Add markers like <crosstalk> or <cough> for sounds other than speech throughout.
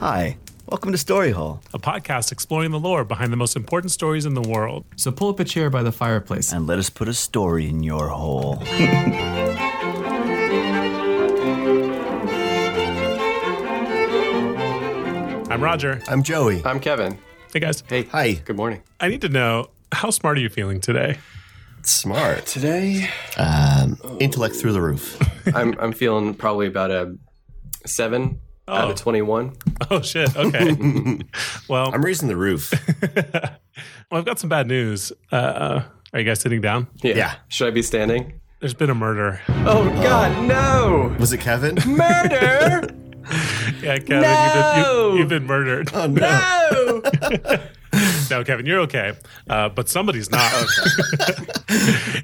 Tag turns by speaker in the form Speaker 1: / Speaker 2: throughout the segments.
Speaker 1: Hi, welcome to Story Hole.
Speaker 2: a podcast exploring the lore behind the most important stories in the world.
Speaker 3: So pull up a chair by the fireplace.
Speaker 1: And let us put a story in your hole.
Speaker 2: I'm Roger.
Speaker 4: I'm Joey.
Speaker 5: I'm Kevin.
Speaker 2: Hey guys,
Speaker 5: Hey.
Speaker 4: Hi.
Speaker 5: Good morning.
Speaker 2: I need to know how smart are you feeling today? <laughs>
Speaker 4: Smart.
Speaker 5: Today,
Speaker 4: Intellect through the roof.
Speaker 5: <laughs> I'm I'm feeling probably about a seven out of twenty-one.
Speaker 2: Oh shit.
Speaker 4: <laughs>
Speaker 2: Okay. well,
Speaker 4: I'm raising the roof. <laughs>
Speaker 2: well, I've got some bad news. Uh, Uh, are you guys sitting down?
Speaker 4: Yeah.
Speaker 5: Should I be standing?
Speaker 2: There's been a murder.
Speaker 5: Oh God, no!
Speaker 4: Was it Kevin? <laughs>
Speaker 5: Murder!
Speaker 2: Yeah, Kevin, you've, been, you,
Speaker 5: No!
Speaker 2: you've been murdered.
Speaker 4: Oh, no.
Speaker 5: no!
Speaker 2: <laughs> No, Kevin, you're okay, uh, but somebody's
Speaker 4: <laughs>
Speaker 2: not.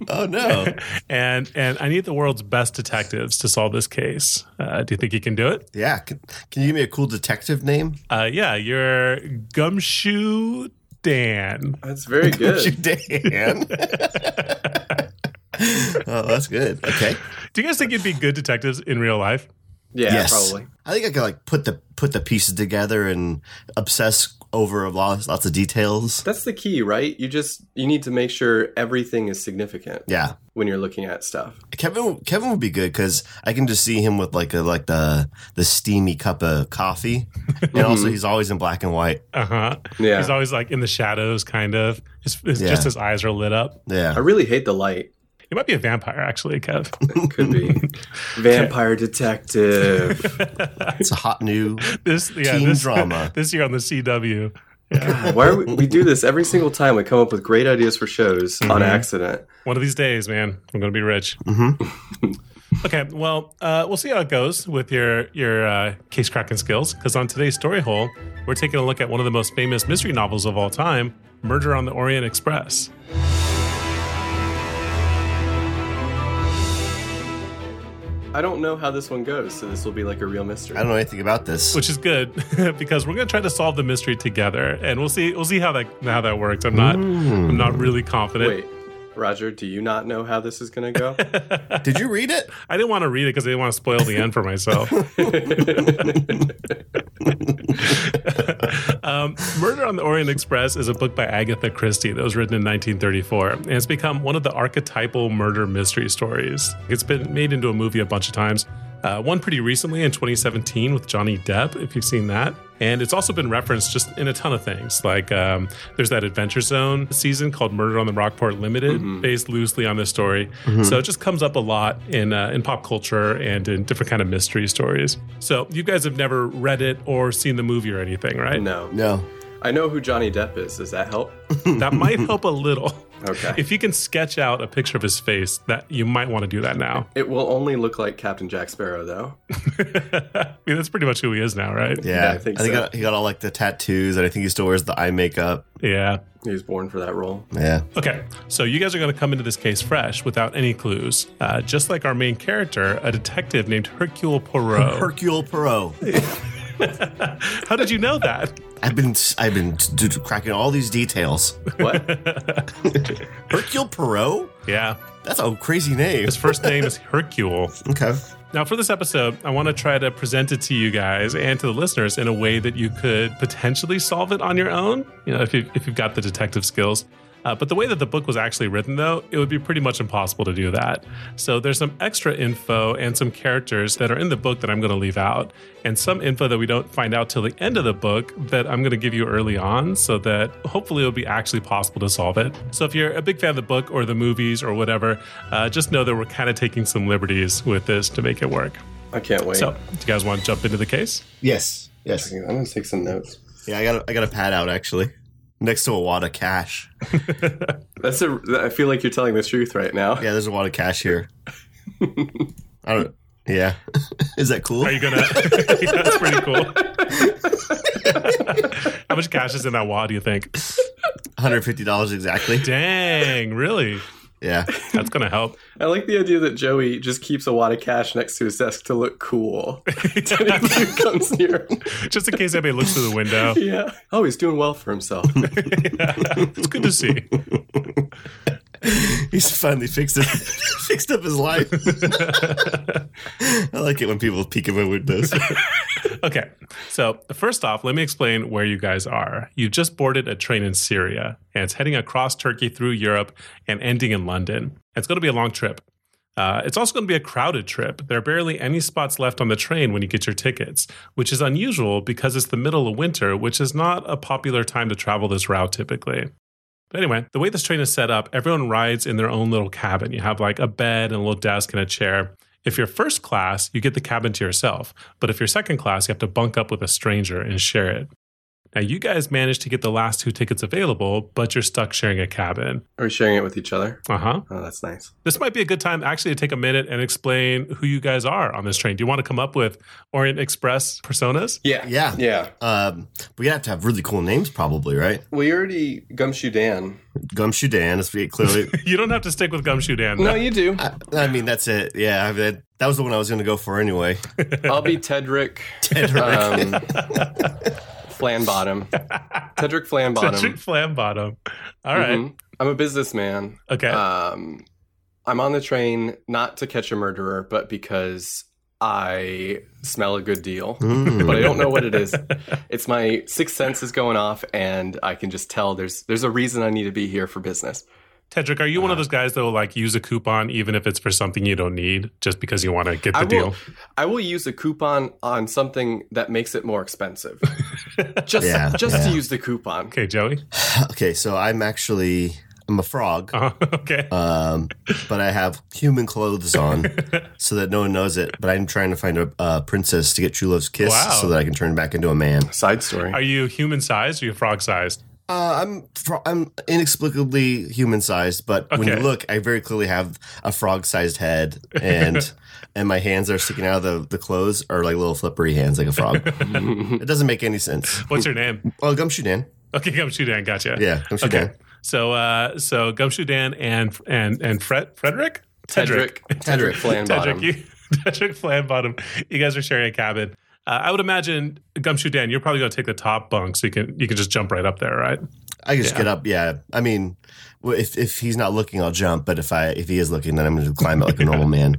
Speaker 4: Oh, no.
Speaker 2: And and I need the world's best detectives to solve this case. Uh, do you think you can do it?
Speaker 4: Yeah. Can, can you give me a cool detective name?
Speaker 2: Uh, yeah, you're Gumshoe Dan.
Speaker 5: That's very
Speaker 4: <laughs>
Speaker 5: good.
Speaker 4: <laughs> Dan. oh, that's good. Okay.
Speaker 2: Do you guys think you'd be good detectives in real life?
Speaker 5: Yeah, probably.
Speaker 4: I think I could like put the put the pieces together and obsess over lots lots of details.
Speaker 5: That's the key, right? You just you need to make sure everything is significant
Speaker 4: Yeah.
Speaker 5: when you're looking at stuff.
Speaker 4: Kevin Kevin would be good because I can just see him with like a like the the steamy cup of coffee, and also he's always in black and white.
Speaker 2: Uh huh.
Speaker 5: Yeah.
Speaker 2: He's always like in the shadows, kind of. His, his,
Speaker 4: Yeah.
Speaker 2: Just his eyes are lit up.
Speaker 4: Yeah,
Speaker 5: I really hate the light.
Speaker 2: He might be a vampire, actually, Kev. <laughs>
Speaker 5: It could
Speaker 4: <laughs>
Speaker 5: be vampire detective.
Speaker 4: it's a hot new.
Speaker 2: This yeah,
Speaker 4: Teen
Speaker 2: this,
Speaker 4: drama.
Speaker 2: <laughs> this year on the CW.
Speaker 5: Why are we, we do this every single time? We come up with great ideas for shows
Speaker 4: Mm-hmm.
Speaker 5: on accident.
Speaker 2: One of these days, man, I'm gonna be rich.
Speaker 4: Mm-hmm.
Speaker 2: <laughs> okay, well, uh, we'll see how it goes with your your uh, case cracking skills. Because on today's story hole, we're taking a look at one of the most famous mystery novels of all time, Murder on the Orient Express.
Speaker 5: I don't know how this one goes, so this will be like a real mystery.
Speaker 4: I don't know anything about this.
Speaker 2: which is good <laughs> because we're going to try to solve the mystery together, and we'll see we'll see how that how that works. I'm not I'm
Speaker 4: Hmm.
Speaker 2: not really confident.
Speaker 5: Wait, Roger, do you not know how this is going to go?
Speaker 4: Did you read it?
Speaker 2: I didn't want to read it because I didn't want to spoil the end for myself. um, Murder on the Orient Express is a book by Agatha Christie that was written in 1934, and it's become one of the archetypal murder mystery stories. It's been made into a movie a bunch of times. Uh, one pretty recently in 2017 with Johnny Depp, if you've seen that. And it's also been referenced just in a ton of things. Like um, there's that Adventure Zone season called Murder on the Rockport Limited, based loosely on this story. So it just comes up a lot in uh, in pop culture and in different kind of mystery stories. So you guys have never read it or seen the movie or anything, right?
Speaker 5: no.
Speaker 4: <laughs> No.
Speaker 5: I know who Johnny Depp is. Does that help?
Speaker 2: That might help a little.
Speaker 5: Okay.
Speaker 2: If you can sketch out a picture of his face, that you might want to do that now.
Speaker 5: It will only look like Captain Jack Sparrow, though.
Speaker 2: I mean, that's pretty much who he is now, right?
Speaker 4: Yeah,
Speaker 5: I think
Speaker 4: he,
Speaker 5: so.
Speaker 4: got, he got all like the tattoos, and I think he still wears the eye makeup.
Speaker 2: Yeah.
Speaker 5: He was born for that role.
Speaker 4: Yeah.
Speaker 2: Okay, so you guys are going to come into this case fresh without any clues. Uh, just like our main character, a detective named Hercule Poirot.
Speaker 4: Hercule Poirot.
Speaker 2: How did you know that? <laughs>
Speaker 4: I've been I've been d- d- cracking all these details. <laughs>
Speaker 5: What?
Speaker 4: Hercule Poirot.
Speaker 2: Yeah,
Speaker 4: That's a crazy name.
Speaker 2: his first name is Hercule.
Speaker 4: Okay.
Speaker 2: Now, for this episode, I want to try to present it to you guys and to the listeners in a way that you could potentially solve it on your own, you know, if, you, if you've got the detective skills. Uh, but the way that the book was actually written, though, it would be pretty much impossible to do that. So there's some extra info and some characters that are in the book that I'm going to leave out, and some info that we don't find out till the end of the book that I'm going to give you early on, so that hopefully it'll be actually possible to solve it. So if you're a big fan of the book or the movies or whatever, uh, just know that we're kind of taking some liberties with this to make it work.
Speaker 5: I can't wait.
Speaker 2: So, do you guys want to jump into the case?
Speaker 4: Yes. Yes.
Speaker 5: I'm going to take some notes.
Speaker 4: Yeah. I got a, I got a pad out actually, next to a wad of cash.
Speaker 5: That's a. I feel like you're telling the truth right now.
Speaker 4: Yeah. There's a wad of cash <laughs> here. I don't. Yeah. Is that cool?
Speaker 2: Are you gonna? Yeah, <laughs> that's pretty cool. <laughs> How much cash is in that wad? Do you think?
Speaker 4: Hundred fifty dollars exactly.
Speaker 2: Dang, really?
Speaker 4: Yeah.
Speaker 2: That's gonna help. <laughs>
Speaker 5: I like the idea that Joey just keeps a wad of cash next to his desk to look
Speaker 4: <laughs>
Speaker 5: cool. <laughs> Anybody who comes near. him.
Speaker 2: Just in case anybody looks through the window.
Speaker 4: <laughs>
Speaker 5: Yeah. Oh, he's doing well for himself.
Speaker 2: It's good to see.
Speaker 4: He's finally fixed it, <laughs> fixed up his life. I like it when people peek at my windows.
Speaker 2: <laughs> Okay. So, first off, let me explain where you guys are. You've just boarded a train in Syria, and it's heading across Turkey through Europe and ending in London. And It's going to be a long trip. Uh, it's also going to be a crowded trip. There are barely any spots left on the train when you get your tickets, which is unusual because it's the middle of winter, which is not a popular time to travel this route typically. But anyway, the way this train is set up, everyone rides in their own little cabin. You have like a bed and a little desk and a chair. If you're first class, you get the cabin to yourself. But if you're second class, you have to bunk up with a stranger and share it. Now, you guys managed to get the last two tickets available, but you're stuck sharing a cabin.
Speaker 5: Are we sharing it with each other?
Speaker 2: Uh huh.
Speaker 5: Oh, that's nice.
Speaker 2: This might be a good time actually to take a minute and explain who you guys are on this train. Do you want to come up with Orient Express personas? <laughs>
Speaker 5: Yeah.
Speaker 4: Yeah.
Speaker 5: Yeah.
Speaker 4: Um, we have to have really cool names, probably, right?
Speaker 5: We already Gumshoe Dan.
Speaker 4: Gumshoe Dan is pretty clearly.
Speaker 2: You don't have to stick with Gumshoe Dan.
Speaker 5: No,
Speaker 2: though.
Speaker 5: you do.
Speaker 4: I, I mean, that's it. Yeah, I mean, that was the one I was going to go for anyway. <laughs>
Speaker 5: I'll be Tedrick. Tedrick. Um, Flanbottom. Tedrick
Speaker 2: Cedric
Speaker 5: Flanbottom.
Speaker 2: Flambottom. All right.
Speaker 5: Mhm. I'm a businessman.
Speaker 2: Okay.
Speaker 5: Um, I'm on the train not to catch a murderer, but because I smell a good deal.
Speaker 4: Mm. Hmm.
Speaker 5: But I don't know what it is. It's my sixth sense is going off, and I can just tell there's there's a reason I need to be here for business.
Speaker 2: Tedrick, are you one of those guys that will like use a coupon even if it's for something you don't need just because you want to get the
Speaker 5: I will,
Speaker 2: deal?
Speaker 5: I will use a coupon on something that makes it more
Speaker 2: <laughs>
Speaker 5: expensive. just
Speaker 4: Yeah,
Speaker 5: just to
Speaker 4: yeah.
Speaker 5: use the coupon.
Speaker 2: Okay, Joey. <laughs>
Speaker 4: Okay, so I'm actually I'm a frog,
Speaker 2: Uh, okay.
Speaker 4: um, but I have human clothes on so that no one knows it. But I'm trying to find a, a princess to get True Love's kiss
Speaker 2: Wow.
Speaker 4: so that I can turn back into a man.
Speaker 5: Side story.
Speaker 2: are you human sized or you frog sized?
Speaker 4: Uh, I'm fro- I'm inexplicably human sized, but when you
Speaker 2: Okay.
Speaker 4: look, I very clearly have a frog sized head,
Speaker 2: <laughs>
Speaker 4: and and my hands that are sticking out of the, the clothes are like little flippery hands, like
Speaker 2: <laughs>
Speaker 4: a frog. it doesn't make any sense.
Speaker 2: What's your
Speaker 4: <laughs>
Speaker 2: name?
Speaker 4: Oh, Gumshoe Dan.
Speaker 2: Okay, Gumshoe Dan. Gotcha.
Speaker 4: Yeah, Gumshoe
Speaker 2: Okay.
Speaker 4: Dan.
Speaker 2: So, uh, so Gumshoe Dan and and and Fred Frederick
Speaker 5: Tedrick. Tedrick,
Speaker 4: Tedrick.
Speaker 5: Flanbottom.
Speaker 2: Tedrick, you, <laughs> Tedrick Flanbottom. You guys are sharing a cabin. Uh, I would imagine Gumshoe Dan, you're probably going to take the top bunk, so you can you can just jump right up there, right?
Speaker 4: I can just get up. Yeah, I mean, well, if if he's not looking, I'll jump. But if I if he is looking, then I'm going to climb it like a
Speaker 2: <laughs>
Speaker 4: normal man.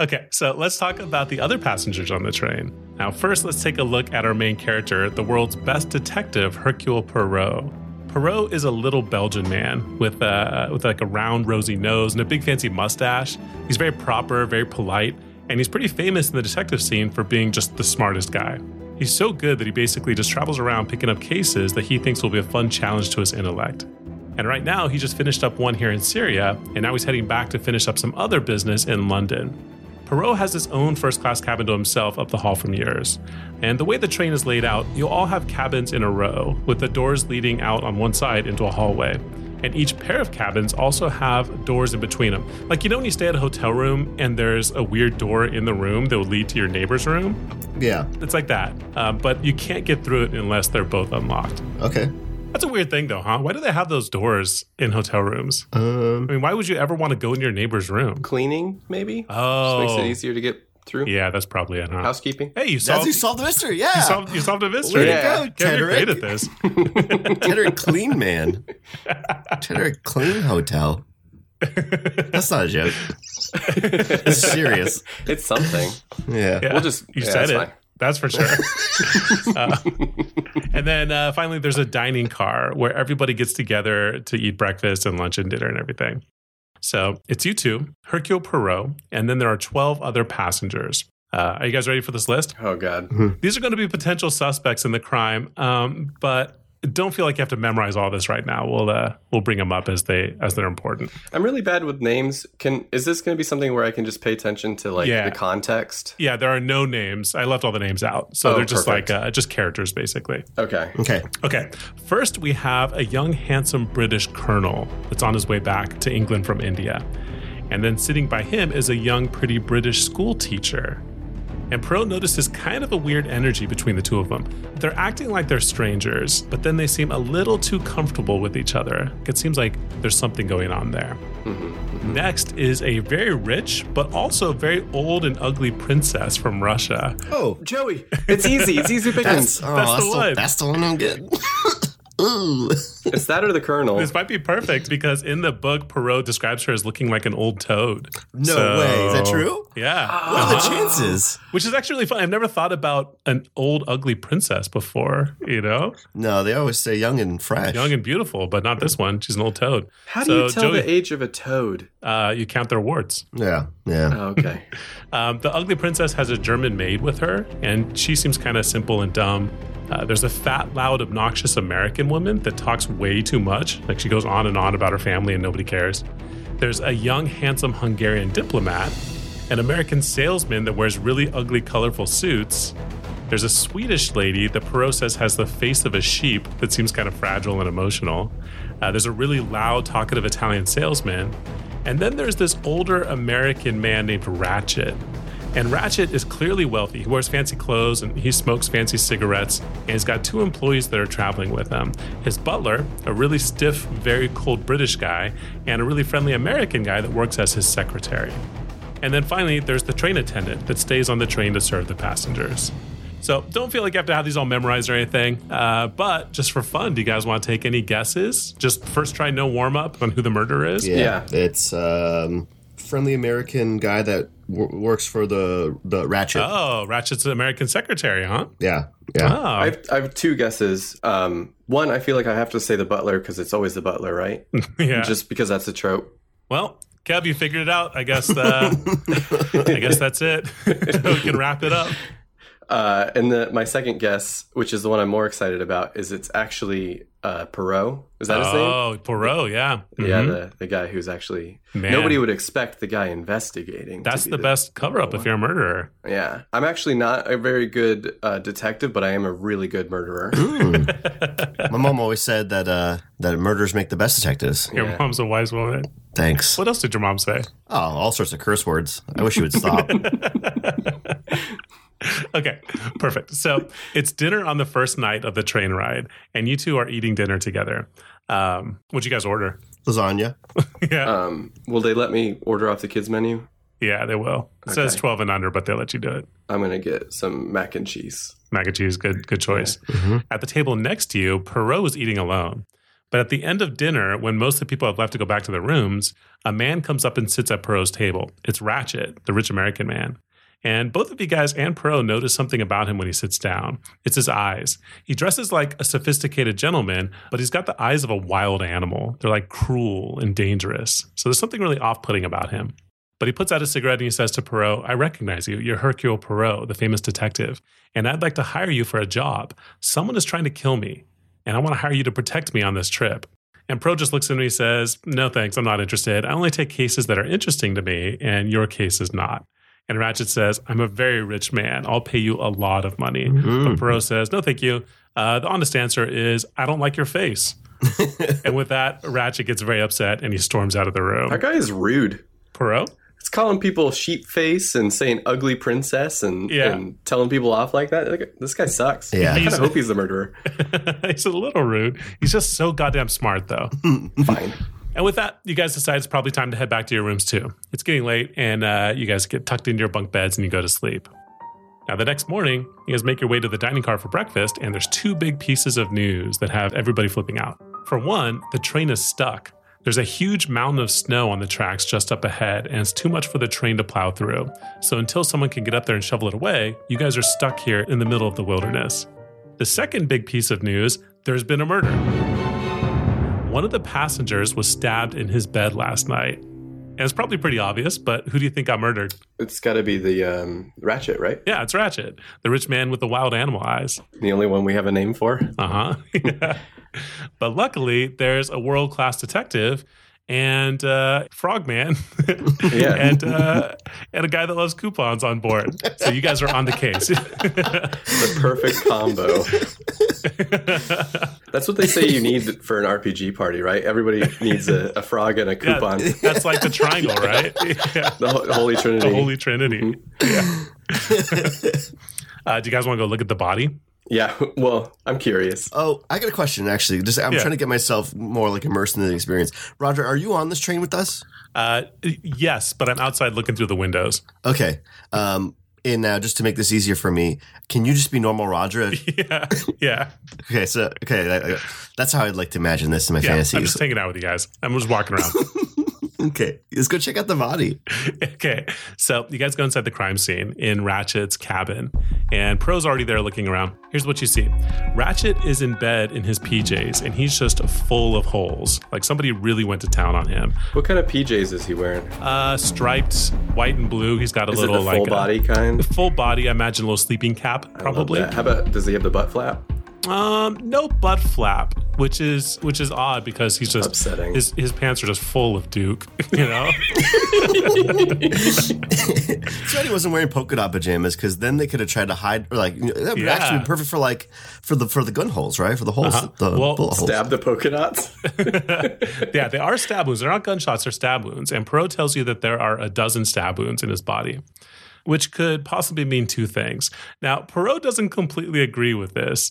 Speaker 2: Okay, so let's talk about the other passengers on the train. Now, first, let's take a look at our main character, the world's best detective, Hercule Poirot. Poirot is a little Belgian man with a, with like a round, rosy nose and a big, fancy mustache. He's very proper, very polite, and he's pretty famous in the detective scene for being just the smartest guy. He's so good that he basically just travels around picking up cases that he thinks will be a fun challenge to his intellect. And right now, he just finished up one here in Syria, and now he's heading back to finish up some other business in London. Perot has his own first class cabin to himself up the hall from yours. And the way the train is laid out, you'll all have cabins in a row, with the doors leading out on one side into a hallway. And each pair of cabins also have doors in between them. Like, you know, when you stay at a hotel room and there's a weird door in the room that will lead to your neighbor's room?
Speaker 4: Yeah.
Speaker 2: It's like that. Um, but you can't get through it unless they're both unlocked.
Speaker 4: Okay.
Speaker 2: That's a weird thing, though, huh? Why do they have those doors in hotel rooms?
Speaker 4: Um.
Speaker 2: I mean, why would you ever want to go in your neighbor's room?
Speaker 5: Cleaning, maybe?
Speaker 2: Oh,
Speaker 5: Makes it easier to get through.
Speaker 2: yeah, that's probably it, huh?
Speaker 5: Housekeeping.
Speaker 2: Hey, you
Speaker 4: That's
Speaker 2: solved,
Speaker 4: who solved the mystery. Yeah.
Speaker 2: you solved you solved a mystery.
Speaker 4: Way to
Speaker 5: Yeah.
Speaker 4: go,
Speaker 2: Damn, you're great at
Speaker 4: Tedrick.
Speaker 2: this.
Speaker 4: Tedrick Clean Man. Tedrick Clean Hotel. That's not a joke. It's serious.
Speaker 2: <laughs>
Speaker 5: It's something.
Speaker 4: Yeah.
Speaker 2: Yeah,
Speaker 5: We'll just-
Speaker 2: you
Speaker 5: yeah,
Speaker 2: said
Speaker 5: that's
Speaker 2: it.
Speaker 5: fine.
Speaker 2: That's for sure.
Speaker 4: <laughs>
Speaker 2: Uh, and then uh, finally, there's a dining car where everybody gets together to eat breakfast and lunch and dinner and everything. So it's you two, Hercule Perot, and then there are 12 other passengers. Uh, are you guys ready for this list?
Speaker 5: Oh god.
Speaker 4: Hmm.
Speaker 2: These are going to be potential suspects in the crime, um, but don't feel like you have to memorize all this right now. We'll uh, we'll bring them up as they as they're important.
Speaker 5: I'm really bad with names. Can is this going to be something where I can just pay attention to like
Speaker 2: Yeah.
Speaker 5: the context?
Speaker 2: Yeah, there are no names. I left all the names out, so
Speaker 5: Oh,
Speaker 2: they're just
Speaker 5: perfect.
Speaker 2: like uh, just characters basically.
Speaker 5: Okay.
Speaker 4: <laughs> Okay.
Speaker 2: Okay, first we have a young, handsome British colonel that's on his way back to England from India, and then sitting by him is a young, pretty British school teacher. And Perot notices kind of a weird energy between the two of them. They're acting like they're strangers, but then they seem a little too comfortable with each other. It seems like there's something going on there. Next is a very rich, but also very old and ugly princess from Russia.
Speaker 4: Oh,
Speaker 5: Joey, it's easy. It's easy pickings.
Speaker 2: That's the
Speaker 4: oh, that's, the,
Speaker 2: one.
Speaker 4: that's the one I'm getting. <laughs> Ooh.
Speaker 5: It's that or the Colonel.
Speaker 2: This might be perfect because in the book, Perot describes her as looking like an old toad.
Speaker 4: No way. Is that true?
Speaker 2: Yeah.
Speaker 4: <gasps> What are the
Speaker 2: Uh-huh.
Speaker 4: chances?
Speaker 2: Which is actually really fun. I've never thought about an old, ugly princess before, you know?
Speaker 4: No, they always say young and fresh.
Speaker 2: Young and beautiful, but not this one. She's an old toad.
Speaker 5: How do
Speaker 2: so
Speaker 5: you tell
Speaker 2: Joey-
Speaker 5: the age of a toad?
Speaker 2: Uh, you count their warts.
Speaker 4: yeah, yeah.
Speaker 5: Oh, okay.
Speaker 2: Um, the ugly princess has a German maid with her, and she seems kind of simple and dumb. Uh, there's a fat, loud, obnoxious American woman that talks way too much. Like she goes on and on about her family and nobody cares. There's a young, handsome Hungarian diplomat, an American salesman that wears really ugly, colorful suits. There's a Swedish lady that Perot says has the face of a sheep that seems kind of fragile and emotional. Uh, there's a really loud, talkative Italian salesman. And then there's this older American man named Ratchet. And Ratchet is clearly wealthy. He wears fancy clothes and he smokes fancy cigarettes. And he's got two employees that are traveling with him his butler, a really stiff, very cold British guy, and a really friendly American guy that works as his secretary. And then finally, there's the train attendant that stays on the train to serve the passengers. So don't feel like you have to have these all memorized or anything. Uh, but just for fun, do you guys want to take any guesses? Just first try no warm up on who the murderer is.
Speaker 5: Yeah.
Speaker 4: It's um friendly American guy that w- works for the the Ratchet.
Speaker 2: Oh, Ratchet's the American secretary,
Speaker 5: <laughs>
Speaker 2: huh?
Speaker 4: Yeah, yeah.
Speaker 2: Oh,
Speaker 5: I have, I have two guesses. Um, one, I feel like I have to say the butler because it's always the butler,
Speaker 2: <laughs>
Speaker 5: right?
Speaker 2: yeah.
Speaker 5: Just because that's a trope.
Speaker 2: Well, Kev, you figured it out. I guess. Uh, I
Speaker 5: <laughs>
Speaker 2: guess that's it. <laughs> we can wrap it up.
Speaker 5: Uh, and the, my second guess, which is the one I'm more excited about, is it's actually uh, Perot. Is that his name?
Speaker 2: Oh, Poirot. Yeah.
Speaker 5: Yeah,
Speaker 2: Mhm.
Speaker 5: the, the guy who's actually
Speaker 2: Man.
Speaker 5: nobody would expect the guy investigating. to
Speaker 2: that's
Speaker 5: be
Speaker 2: the best cover up if you're a murderer.
Speaker 5: Yeah, I'm actually not a very good uh, detective, but I am a really good murderer.
Speaker 2: Ah.
Speaker 4: My mom always said that uh that murders make the best detectives.
Speaker 2: Your
Speaker 5: Yeah.
Speaker 2: mom's a wise woman.
Speaker 4: Thanks.
Speaker 2: What else did your mom say?
Speaker 4: Oh, all sorts of curse words. I wish you
Speaker 2: <laughs>
Speaker 4: would stop.
Speaker 2: Okay, perfect. So it's dinner on the first night of the train ride, and you two are eating dinner together. Um, what'd you guys order?
Speaker 4: Lasagna.
Speaker 2: yeah,
Speaker 5: um, will they let me order off the kids menu?
Speaker 2: yeah, they will. It says
Speaker 5: okay.
Speaker 2: twelve and under, but they'll let you do it.
Speaker 5: I'm gonna get some mac and cheese.
Speaker 2: Mac and cheese, good, good choice.
Speaker 4: Mhm.
Speaker 2: At the table next to you, Perot is eating alone. But at the end of dinner, when most of the people have left to go back to their rooms, a man comes up and sits at Perot's table. It's Ratchet, the rich American man. And both of you guys and Perot notice something about him when he sits down. It's his eyes. He dresses like a sophisticated gentleman, but he's got the eyes of a wild animal. They're like cruel and dangerous. So there's something really off putting about him. But he puts out a cigarette and he says to Perot, I recognize you. You're Hercule Perot, the famous detective. And I'd like to hire you for a job. Someone is trying to kill me, and I want to hire you to protect me on this trip. And Perot just looks at me and says, No thanks, I'm not interested. I only take cases that are interesting to me, and your case is not. And Ratchet says, I'm a very rich man. I'll pay you a lot of money. But Perot says, No, thank you. Uh, the honest answer is, I don't like your face. and with that, Ratchet gets very upset and he storms out of the room.
Speaker 5: That guy is rude.
Speaker 2: Perot?
Speaker 5: It's calling people sheep face and saying ugly princess and,
Speaker 2: Yeah.
Speaker 5: and telling people off like that. Like, This guy sucks.
Speaker 4: Yeah.
Speaker 5: I kind of hope he's the murderer.
Speaker 2: <laughs> he's a little rude. He's just so goddamn smart, though.
Speaker 5: Fine.
Speaker 2: and with that, you guys decide it's probably time to head back to your rooms too. It's getting late, and uh, you guys get tucked into your bunk beds and you go to sleep. Now, the next morning, you guys make your way to the dining car for breakfast, and there's two big pieces of news that have everybody flipping out. For one, the train is stuck. There's a huge mountain of snow on the tracks just up ahead, and it's too much for the train to plow through. So, until someone can get up there and shovel it away, you guys are stuck here in the middle of the wilderness. The second big piece of news there's been a murder. One of the passengers was stabbed in his bed last night. And it's probably pretty obvious, but who do you think got murdered?
Speaker 5: It's got to be the um, ratchet, right?
Speaker 2: Yeah, it's Ratchet, the rich man with the wild animal eyes.
Speaker 5: The only one we have a name
Speaker 2: <laughs>
Speaker 5: for.
Speaker 2: Uh huh. But luckily, there's a world class detective and uh, Frogman <laughs>
Speaker 5: Yeah.
Speaker 2: and, uh, and a guy that loves coupons on board. So you guys are on the case. <laughs>
Speaker 5: The perfect combo. That's what they say you need for an RPG party, right? Everybody needs a, a frog and a
Speaker 2: Yeah,
Speaker 5: coupon.
Speaker 2: that's like the triangle, right? <laughs> Yeah.
Speaker 5: The ho- Holy Trinity.
Speaker 2: The Holy Trinity. Yeah. <laughs> uh, do you guys want to go look at the body?
Speaker 5: yeah. Well, I'm curious.
Speaker 4: Oh, I got a question actually. Just I'm
Speaker 2: Yeah.
Speaker 4: trying to get myself more like immersed in the experience. Roger, are you on this train with us?
Speaker 2: Uh, yes, but I'm outside looking through the windows. <laughs>
Speaker 4: Okay. Um, And now, just to make this easier for me, can you just be normal Roger?
Speaker 2: <laughs> yeah, yeah.
Speaker 4: okay, so okay, that- that- that's how I'd like to imagine this in my
Speaker 2: yeah. I'm
Speaker 4: fantasies.
Speaker 2: just hanging out with you guys. I'm just walking
Speaker 5: <laughs>
Speaker 2: around.
Speaker 4: okay, let's go check out the body.
Speaker 2: okay. So you guys go inside the crime scene in Ratchet's cabin, and Pro's already there looking around. Here's what you see Ratchet is in bed in his PJs, and he's just full of holes. Like somebody really went to town on him.
Speaker 5: What kind of PJs is he wearing?
Speaker 2: Uh, striped, white and blue. He's got a
Speaker 5: Is it the
Speaker 2: little
Speaker 5: full
Speaker 2: like a-
Speaker 5: body kind? I
Speaker 2: full body. I imagine a little sleeping cap,
Speaker 5: love
Speaker 2: probably.
Speaker 5: that. How about does he have the butt flap?
Speaker 2: Um, no butt flap, which is which is odd because he's just
Speaker 5: Upsetting.
Speaker 2: His his pants are just full of Duke. <laughs> You know.
Speaker 4: Too bad he wasn't wearing polka dot pajamas because then they could have tried to hide. Or like you know, that would
Speaker 2: Yeah. Uh-huh.
Speaker 4: actually be perfect for like for the for the gun holes, right? For the holes, the
Speaker 2: Well,
Speaker 4: bullet holes.
Speaker 5: Dab the polka dots.
Speaker 2: yeah, they are stab wounds. They're not gunshots, they're stab wounds. And Perot tells you that there are a dozen stab wounds in his body, which could possibly mean two things. Now, Perot doesn't completely agree with this,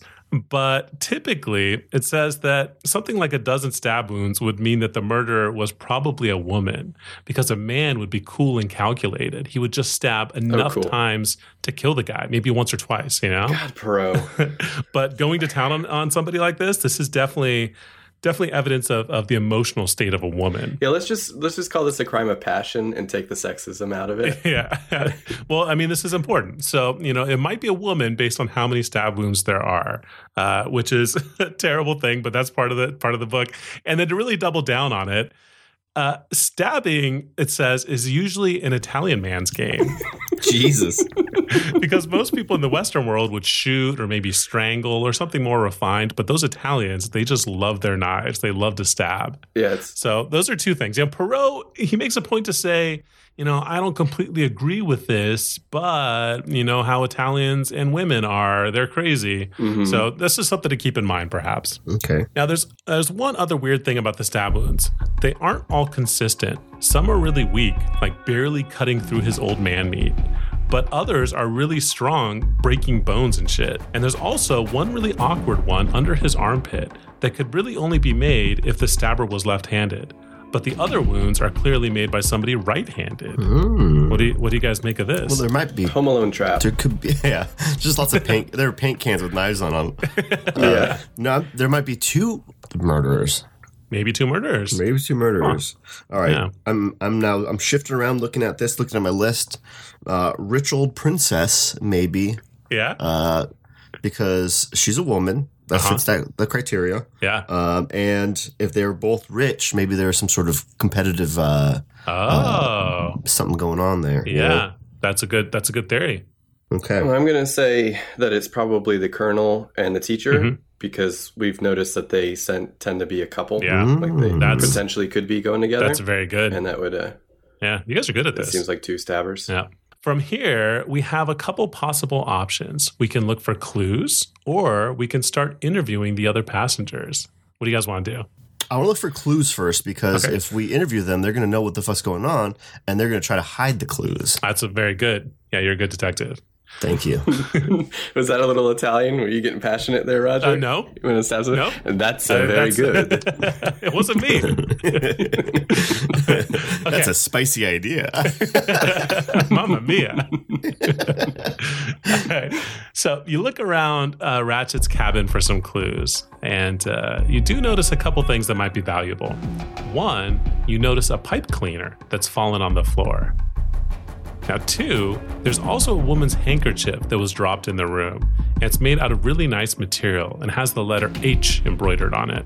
Speaker 2: but typically it says that something like a dozen stab wounds would mean that the murderer was probably a woman because a man would be cool and calculated. He would just stab enough
Speaker 5: Oh, cool.
Speaker 2: times to kill the guy, maybe once or twice, you know? <laughs>
Speaker 5: God, Perot.
Speaker 2: but going to town on, on somebody like this, this is definitely definitely evidence of, of the emotional state of a woman.
Speaker 5: Yeah, let's just let's just call this a crime of passion and take the sexism out of it.
Speaker 2: <laughs> Yeah. well, I mean, this is important. So, you know, it might be a woman based on how many stab wounds there are, uh, which is <laughs> a terrible thing, but that's part of the part of the book. And then to really double down on it, uh, stabbing, it says, is usually an Italian man's game. <laughs>
Speaker 6: Jesus.
Speaker 2: because most people in the Western world would shoot or maybe strangle or something more refined. But those Italians, they just love their knives. They love to stab.
Speaker 5: Yeah, it's
Speaker 2: So those are two things. You know, Perot, he makes a point to say, you know, I don't completely agree with this, but you know how Italians and women are, they're crazy.
Speaker 5: mhm.
Speaker 2: So this is something to keep in mind, perhaps.
Speaker 4: <laughs> Okay,
Speaker 2: Now, there's there's one other weird thing about the stab wounds. They aren't all consistent. Some are really weak, like barely cutting through his old man meat. But others are really strong, breaking bones and shit. And there's also one really awkward one under his armpit that could really only be made if the stabber was left-handed. But the other wounds are clearly made by somebody right-handed. What do you, what do you guys make of this?
Speaker 4: Hmm. well there might
Speaker 2: <laughs>
Speaker 4: be.
Speaker 5: Home Alone trap.
Speaker 4: There could be, <laughs> yeah, just lots of paint. there are paint cans with knives on <laughs> them.
Speaker 5: Yeah.
Speaker 4: No, there might be two murderers.
Speaker 2: Maybe two murderers.
Speaker 4: Maybe two murderers. All right,
Speaker 2: Yeah.
Speaker 4: I'm I'm now I'm shifting around, looking at this, looking at my list. Uh, rich old princess, maybe
Speaker 2: Yeah.
Speaker 4: uh, because she's a woman. That
Speaker 2: Uh-huh.
Speaker 4: fits that the criteria.
Speaker 2: yeah.
Speaker 4: Um, and if they're both rich, maybe there's some sort of competitive uh,
Speaker 2: Oh.
Speaker 4: something going on there. you know?
Speaker 2: yeah. That's a good that's a good theory.
Speaker 4: Okay.
Speaker 5: Well, I'm going to say that it's probably the colonel and the teacher
Speaker 2: Mhm.
Speaker 5: because we've noticed that they sent, tend to be a couple.
Speaker 2: Yeah.
Speaker 5: Like they
Speaker 2: That's-
Speaker 5: potentially could be going together.
Speaker 2: That's very good.
Speaker 5: and that would, uh,
Speaker 2: Yeah, you guys are good at
Speaker 5: that
Speaker 2: this.
Speaker 5: seems like two stabbers.
Speaker 2: yeah. From here, we have a couple possible options. We can look for clues, or we can start interviewing the other passengers. What do you guys want to do?
Speaker 4: I want to look for clues first because
Speaker 2: Okay.
Speaker 4: if we interview them, they're going to know what the fuck's going on, and they're going to try to hide the clues.
Speaker 2: That's a very good. Yeah, you're a good detective.
Speaker 4: Thank you.
Speaker 5: Was that a little Italian? Were you getting passionate there, Roger?
Speaker 2: Uh, no, <laughs>
Speaker 5: You want to stab someone?
Speaker 2: No.
Speaker 5: That's uh, very
Speaker 2: That's-
Speaker 5: good.
Speaker 2: it wasn't me.
Speaker 4: That's a spicy idea. <laughs>
Speaker 2: <laughs> Mamma mia. All right. So you look around uh, Ratchet's cabin for some clues, and uh, you do notice a couple things that might be valuable. One, you notice a pipe cleaner that's fallen on the floor. Now, two, there's also a woman's handkerchief that was dropped in the room. And it's made out of really nice material and has the letter H embroidered on it.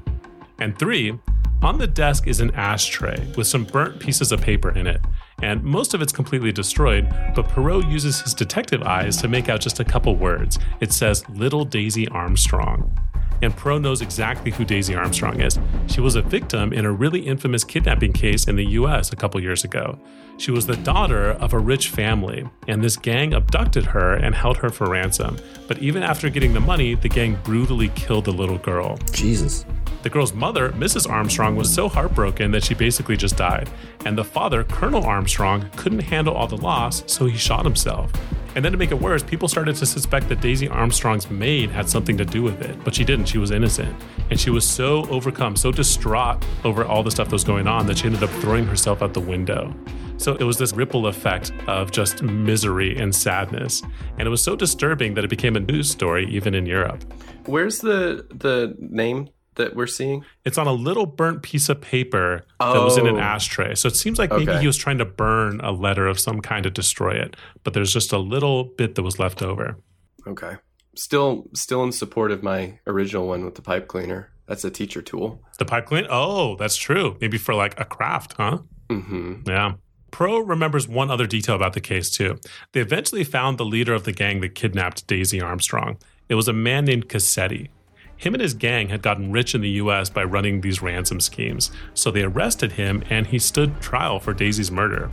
Speaker 2: And three, on the desk is an ashtray with some burnt pieces of paper in it. And most of it's completely destroyed, but Perot uses his detective eyes to make out just a couple words. It says, Little Daisy Armstrong. And Perot knows exactly who Daisy Armstrong is. She was a victim in a really infamous kidnapping case in the US a couple years ago. She was the daughter of a rich family, and this gang abducted her and held her for ransom. But even after getting the money, the gang brutally killed the little girl.
Speaker 4: Jesus.
Speaker 2: The girl's mother, Mrs. Armstrong, was so heartbroken that she basically just died. And the father, Colonel Armstrong, couldn't handle all the loss, so he shot himself. And then to make it worse, people started to suspect that Daisy Armstrong's maid had something to do with it, but she didn't. She was innocent. And she was so overcome, so distraught over all the stuff that was going on that she ended up throwing herself out the window. So it was this ripple effect of just misery and sadness. And it was so disturbing that it became a news story even in Europe.
Speaker 5: Where's the the name that we're seeing?
Speaker 2: It's on a little burnt piece of paper that was in an
Speaker 5: Oh.
Speaker 2: ashtray. So it seems like maybe
Speaker 5: Okay.
Speaker 2: he was trying to burn a letter of some kind to destroy it, but there's just a little bit that was left over.
Speaker 5: Okay. Still still in support of my original one with the pipe cleaner. That's a teacher tool.
Speaker 2: The pipe clean? Oh, that's true. Maybe for like a craft, huh?
Speaker 5: Mhm.
Speaker 2: Yeah. Pro remembers one other detail about the case, too. They eventually found the leader of the gang that kidnapped Daisy Armstrong. It was a man named Cassetti. Him and his gang had gotten rich in the US by running these ransom schemes, so they arrested him and he stood trial for Daisy's murder.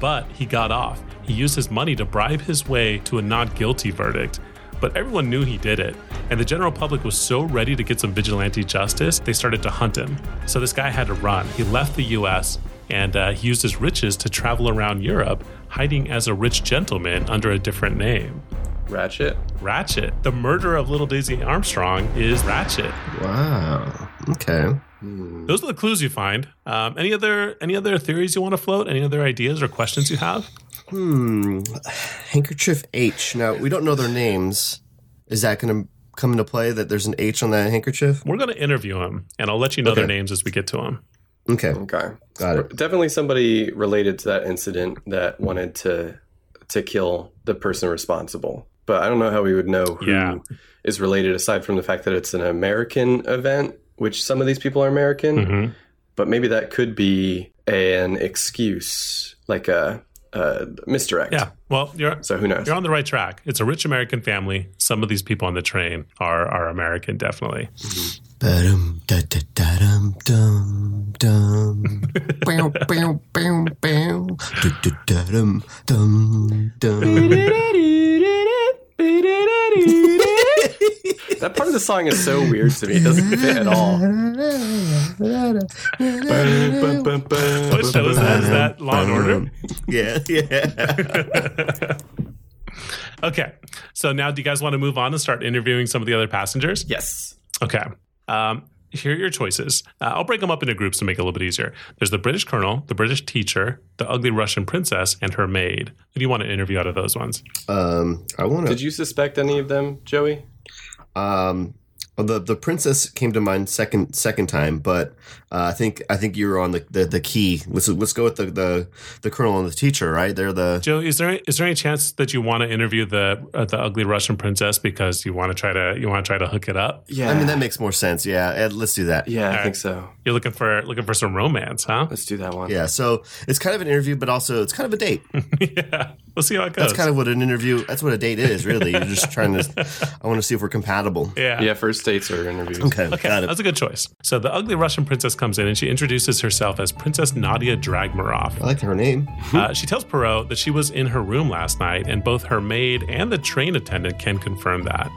Speaker 2: But he got off. He used his money to bribe his way to a not guilty verdict. But everyone knew he did it, and the general public was so ready to get some vigilante justice, they started to hunt him. So this guy had to run. He left the US and uh, he used his riches to travel around Europe, hiding as a rich gentleman under a different name.
Speaker 5: Ratchet.
Speaker 2: Ratchet. The murderer of little Daisy Armstrong is Ratchet.
Speaker 4: Wow. Okay.
Speaker 2: Those are the clues you find. Um, any other any other theories you want to float? Any other ideas or questions you have?
Speaker 4: Hmm. Handkerchief H. Now we don't know their names. Is that going to come into play? That there's an H on that handkerchief?
Speaker 2: We're going to interview him, and I'll let you know their
Speaker 4: Okay.
Speaker 2: names as we get to him.
Speaker 4: Okay.
Speaker 5: Okay.
Speaker 4: Got it.
Speaker 5: Definitely somebody related to that incident that wanted to to kill the person responsible. But I don't know how we would know who is
Speaker 2: Yeah.
Speaker 5: related aside from the fact that it's an American event, which some of these people are American.
Speaker 2: Mm-hmm.
Speaker 5: But maybe that could be an excuse, like a, a misdirect.
Speaker 2: Yeah. Well, you're
Speaker 5: So who knows?
Speaker 2: you're on the right track. It's a rich American family. Some of these people on the train are are American, definitely.
Speaker 4: Ba-dum, da-da-da-dum, dum,
Speaker 5: <laughs>
Speaker 4: dum. Bow, bow, bow, bow. Du-du-da-dum, dum, <laughs> dum.
Speaker 5: That part of the song is so weird to me. It doesn't fit at <laughs> all.
Speaker 2: What show is that? Is that Law and Order?
Speaker 4: Um, Yeah, yeah.
Speaker 2: Okay. So now, do you guys want to move on and start interviewing some of the other passengers?
Speaker 5: Yes.
Speaker 2: Okay. Um, here are your choices. Uh, I'll break them up into groups to make it a little bit easier. There's the British colonel, the British teacher, the ugly Russian princess, and her maid. Who do you want to interview out of those ones?
Speaker 4: <laughs> Um, I want
Speaker 5: Did
Speaker 4: to.
Speaker 5: you suspect any of them, Joey?
Speaker 4: Um, well, the the princess came to mind second second time, but uh, I think I think you were on the, the, the key. Let's let's go with the, the the colonel and the teacher, right? They're the
Speaker 2: Joe, is there is there any chance that you want to interview the uh, the ugly Russian princess because you want to try to you want to try to hook it up?
Speaker 5: Yeah.
Speaker 4: I mean, that makes more sense. Yeah, Ed, let's do that.
Speaker 5: yeah, I
Speaker 2: Alright.
Speaker 5: think so.
Speaker 2: You're looking for looking for some romance, huh?
Speaker 5: Let's do that one.
Speaker 4: Yeah, so it's kind of an interview, but also it's kind of a date.
Speaker 2: yeah, we'll see how it goes.
Speaker 4: That's kind of what an interview. That's what a date is, really. You're just trying to. I want to see if we're compatible.
Speaker 2: yeah.
Speaker 5: Yeah, first dates are interviews.
Speaker 4: Okay, got it.
Speaker 2: That's a good choice. So the ugly Russian princess comes in and she introduces herself as Princess Nadia Dragmarov.
Speaker 4: I like her name.
Speaker 2: Uh, she tells Perot that she was in her room last night, and both her maid and the train attendant can confirm that.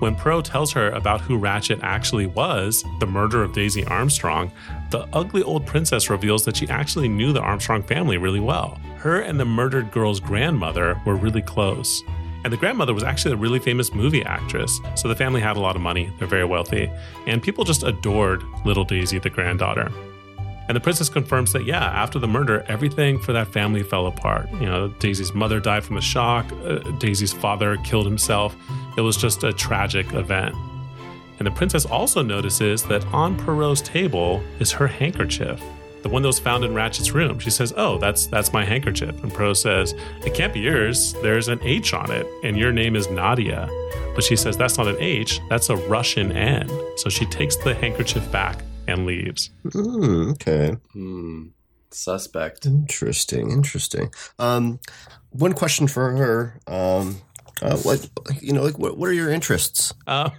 Speaker 2: When Perot tells her about who Ratchet actually was, the murder of Daisy Armstrong, the ugly old princess reveals that she actually knew the Armstrong family really well. Her and the murdered girl's grandmother were really close. And the grandmother was actually a really famous movie actress, so the family had a lot of money. They're very wealthy. And people just adored little Daisy, the granddaughter. And the princess confirms that, yeah, after the murder, everything for that family fell apart. You know, Daisy's mother died from the shock, uh, Daisy's father killed himself. It was just a tragic event. And the princess also notices that on Perot's table is her handkerchief, the one that was found in Ratchet's room. She says, Oh, that's that's my handkerchief. And Perot says, It can't be yours. There's an H on it, and your name is Nadia. But she says, That's not an H, that's a Russian N. So she takes the handkerchief back and leaves.
Speaker 4: Hmm, okay,
Speaker 5: Hmm. Suspect.
Speaker 4: interesting, interesting. Um, one question for her. Um, uh, what you know, like what, what are your interests?
Speaker 2: Uh,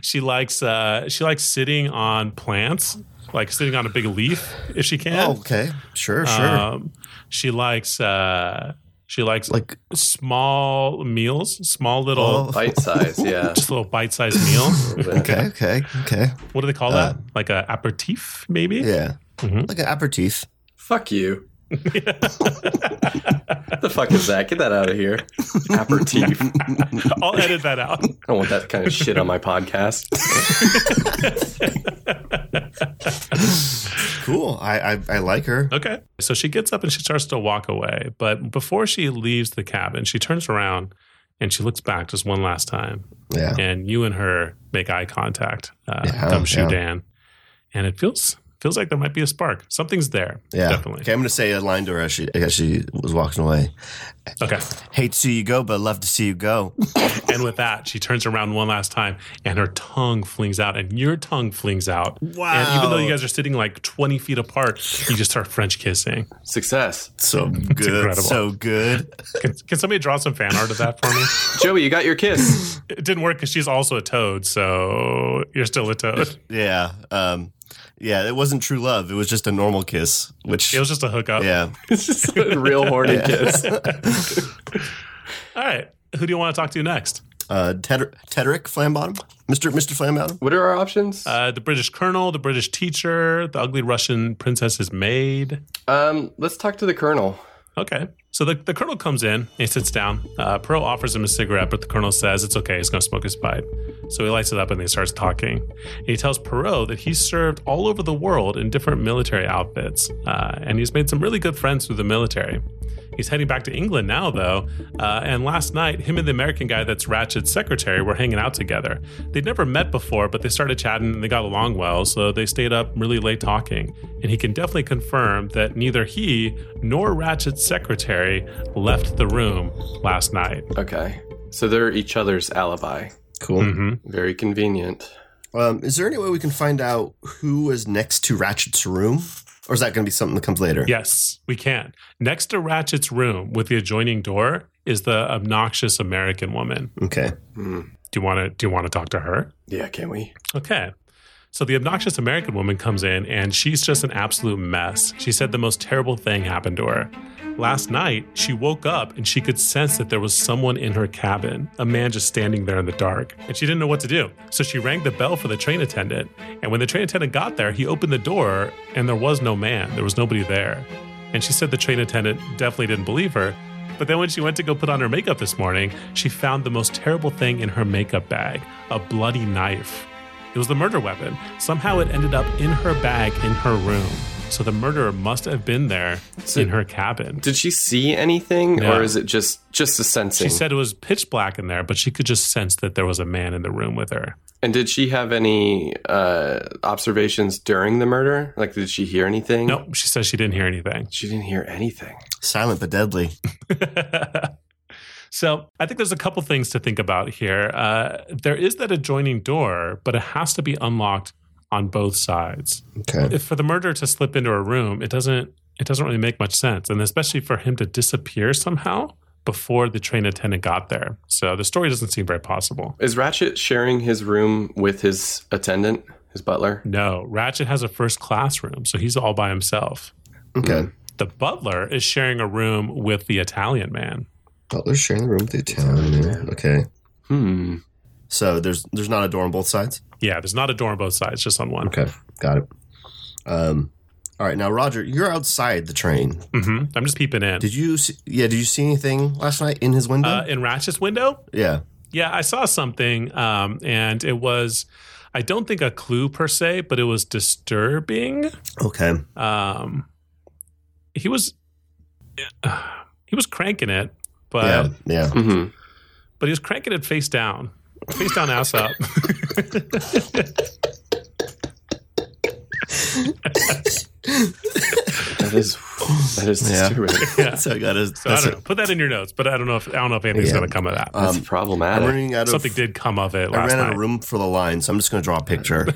Speaker 2: she likes uh, she likes sitting on plants, like sitting on a big leaf if she can.
Speaker 4: Oh, okay, sure, sure.
Speaker 2: Um, she likes uh, She likes like
Speaker 4: Like
Speaker 2: small meals, small little,
Speaker 4: Oh.
Speaker 5: Bite size,
Speaker 4: <laughs>
Speaker 5: yeah.
Speaker 2: just little bite-sized meal.
Speaker 4: okay, okay, okay.
Speaker 2: What do they call
Speaker 4: Uh,
Speaker 2: that? Like a aperitif, maybe.
Speaker 4: Yeah,
Speaker 2: Mhm.
Speaker 4: like an aperitif.
Speaker 5: Fuck
Speaker 4: <laughs>
Speaker 5: you. the fuck is that? Get that out of here.
Speaker 4: <laughs>
Speaker 5: Aperitif. I
Speaker 2: <laughs> I'll edit that out.
Speaker 5: don't want that kind of shit on my podcast.
Speaker 4: Cool. I, I I like her.
Speaker 2: Okay. So she gets up and she starts to walk away. But before she leaves the cabin, she turns around and she looks back just one last time.
Speaker 4: Yeah.
Speaker 2: And you and her make eye contact, uh,
Speaker 4: Yeah,
Speaker 2: Dumb Shoe
Speaker 4: yeah.
Speaker 2: Dan. And it feels feels like there might be a spark. Something's there.
Speaker 4: Yeah.
Speaker 2: Definitely.
Speaker 4: Okay, I'm gonna say a line to her as she as she was walking away.
Speaker 2: Okay.
Speaker 4: Hate to see you go, but love to see you go.
Speaker 2: And with that, she turns around one last time and her tongue flings out and your tongue flings out.
Speaker 4: Wow.
Speaker 2: And even though you guys are sitting like 20 feet apart, you just start French kissing.
Speaker 5: Success.
Speaker 4: <laughs> So good.
Speaker 2: incredible.
Speaker 4: So good.
Speaker 2: Can, can somebody draw some fan art of that
Speaker 4: <laughs>
Speaker 2: for me?
Speaker 5: Joey, you got your kiss.
Speaker 2: It didn't work because she's also a toad, so you're still a
Speaker 4: <laughs>
Speaker 2: toad.
Speaker 4: Yeah. Um yeah, it wasn't true love. It was just a normal kiss, which
Speaker 2: It was just a hookup.
Speaker 4: <laughs> yeah.
Speaker 5: It's just a real horny kiss.
Speaker 2: All right. Who do you want to talk to next?
Speaker 4: <laughs> Uh Tedder- Tedrick Flambottom? Mr. Mr. Flambottom?
Speaker 5: What are our options?
Speaker 2: Uh, the British colonel, the British teacher, the ugly Russian princess's maid.
Speaker 5: Um, let's talk to the colonel.
Speaker 2: Okay. So the, the colonel comes in and he sits down. Uh, Pearl offers him a cigarette, but the colonel says it's okay. He's going to smoke his pipe. So he lights it up and he starts talking. And he tells Perot that he's served all over the world in different military outfits, uh, and he's made some really good friends through the military. He's heading back to England now, though. Uh, and last night, him and the American guy that's Ratchet's secretary were hanging out together. They'd never met before, but they started chatting and they got along well, so they stayed up really late talking. And he can definitely confirm that neither he nor Ratchet's secretary left the room last night.
Speaker 5: Okay. So they're each other's alibi.
Speaker 4: Cool.
Speaker 2: hmm
Speaker 5: Very convenient.
Speaker 4: Um, is there any way we can find out who is next to Ratchet's room? Or is that gonna be something that comes later?
Speaker 2: Yes, we can. Next to Ratchet's room with the adjoining door is the obnoxious American woman.
Speaker 4: Okay.
Speaker 5: Hmm.
Speaker 2: Do you want to do you want to talk to her?
Speaker 5: Yeah, can we?
Speaker 2: Okay. So the obnoxious American woman comes in and she's just an absolute mess. She said the most terrible thing happened to her. Last night, she woke up and she could sense that there was someone in her cabin, a man just standing there in the dark, and she didn't know what to do. So she rang the bell for the train attendant. And when the train attendant got there, he opened the door and there was no man, there was nobody there. And she said the train attendant definitely didn't believe her. But then when she went to go put on her makeup this morning, she found the most terrible thing in her makeup bag a bloody knife. It was the murder weapon. Somehow it ended up in her bag in her room. So the murderer must have been there in her cabin.
Speaker 5: Did she see anything,
Speaker 2: Yeah.
Speaker 5: or is it just just a sensing?
Speaker 2: She said it was
Speaker 5: Oh.
Speaker 2: pitch black in there, but she could just sense that there was a man in the room with her.
Speaker 5: and did she have any uh, observations during the murder? Like, did she hear anything?
Speaker 2: No, she says she didn't hear anything.
Speaker 5: She didn't hear anything.
Speaker 4: Silent but deadly.
Speaker 2: so I think there's a couple things to think about here. Uh, there is that adjoining door, but it has to be unlocked on both sides.
Speaker 4: Okay.
Speaker 2: If for the murderer to slip into a room, it doesn't it doesn't really make much sense, and especially for him to disappear somehow before the train attendant got there. So the story doesn't seem very possible.
Speaker 5: Is Ratchet sharing his room with his attendant, his butler?
Speaker 2: No, Ratchet has a first class room, so he's all by himself.
Speaker 4: Okay.
Speaker 2: The butler is sharing a room with the Italian man.
Speaker 4: Butler's sharing the room with the Italian. man. Okay.
Speaker 5: Hmm.
Speaker 4: So there's there's not a door on both sides.
Speaker 2: Yeah, there's not a door on both sides, just on one.
Speaker 4: Okay, got it. Um, all right, now Roger, you're outside the train.
Speaker 2: hmm I'm just peeping in.
Speaker 4: Mm-hmm. Did you? See, yeah, did you see anything last night in his window?
Speaker 2: uh, in Ratchet's window,
Speaker 4: yeah.
Speaker 2: Yeah, I saw something, um, and it was, I don't think a clue per se, but it was disturbing.
Speaker 4: Okay.
Speaker 2: Um, he was, <sighs> he was cranking it, but
Speaker 4: yeah. Yeah.
Speaker 5: hmm
Speaker 2: but he was cranking it face down, face down, ass
Speaker 4: <laughs>
Speaker 2: up.
Speaker 5: That is that is
Speaker 4: Yeah.
Speaker 5: disturbing.
Speaker 2: <laughs>
Speaker 4: <laughs>
Speaker 2: yeah.
Speaker 4: So I got to.
Speaker 2: So I don't know. Put that in your notes, but I don't know if I don't know if anything's
Speaker 4: Yeah. Uh,
Speaker 2: going to come of that.
Speaker 4: Um,
Speaker 5: That's
Speaker 4: I'm
Speaker 5: problematic.
Speaker 4: running out of.
Speaker 2: Something did come of it
Speaker 4: I
Speaker 2: last
Speaker 4: ran out
Speaker 2: night.
Speaker 4: of room for the line, so I'm just going to draw
Speaker 2: <laughs>
Speaker 4: a picture.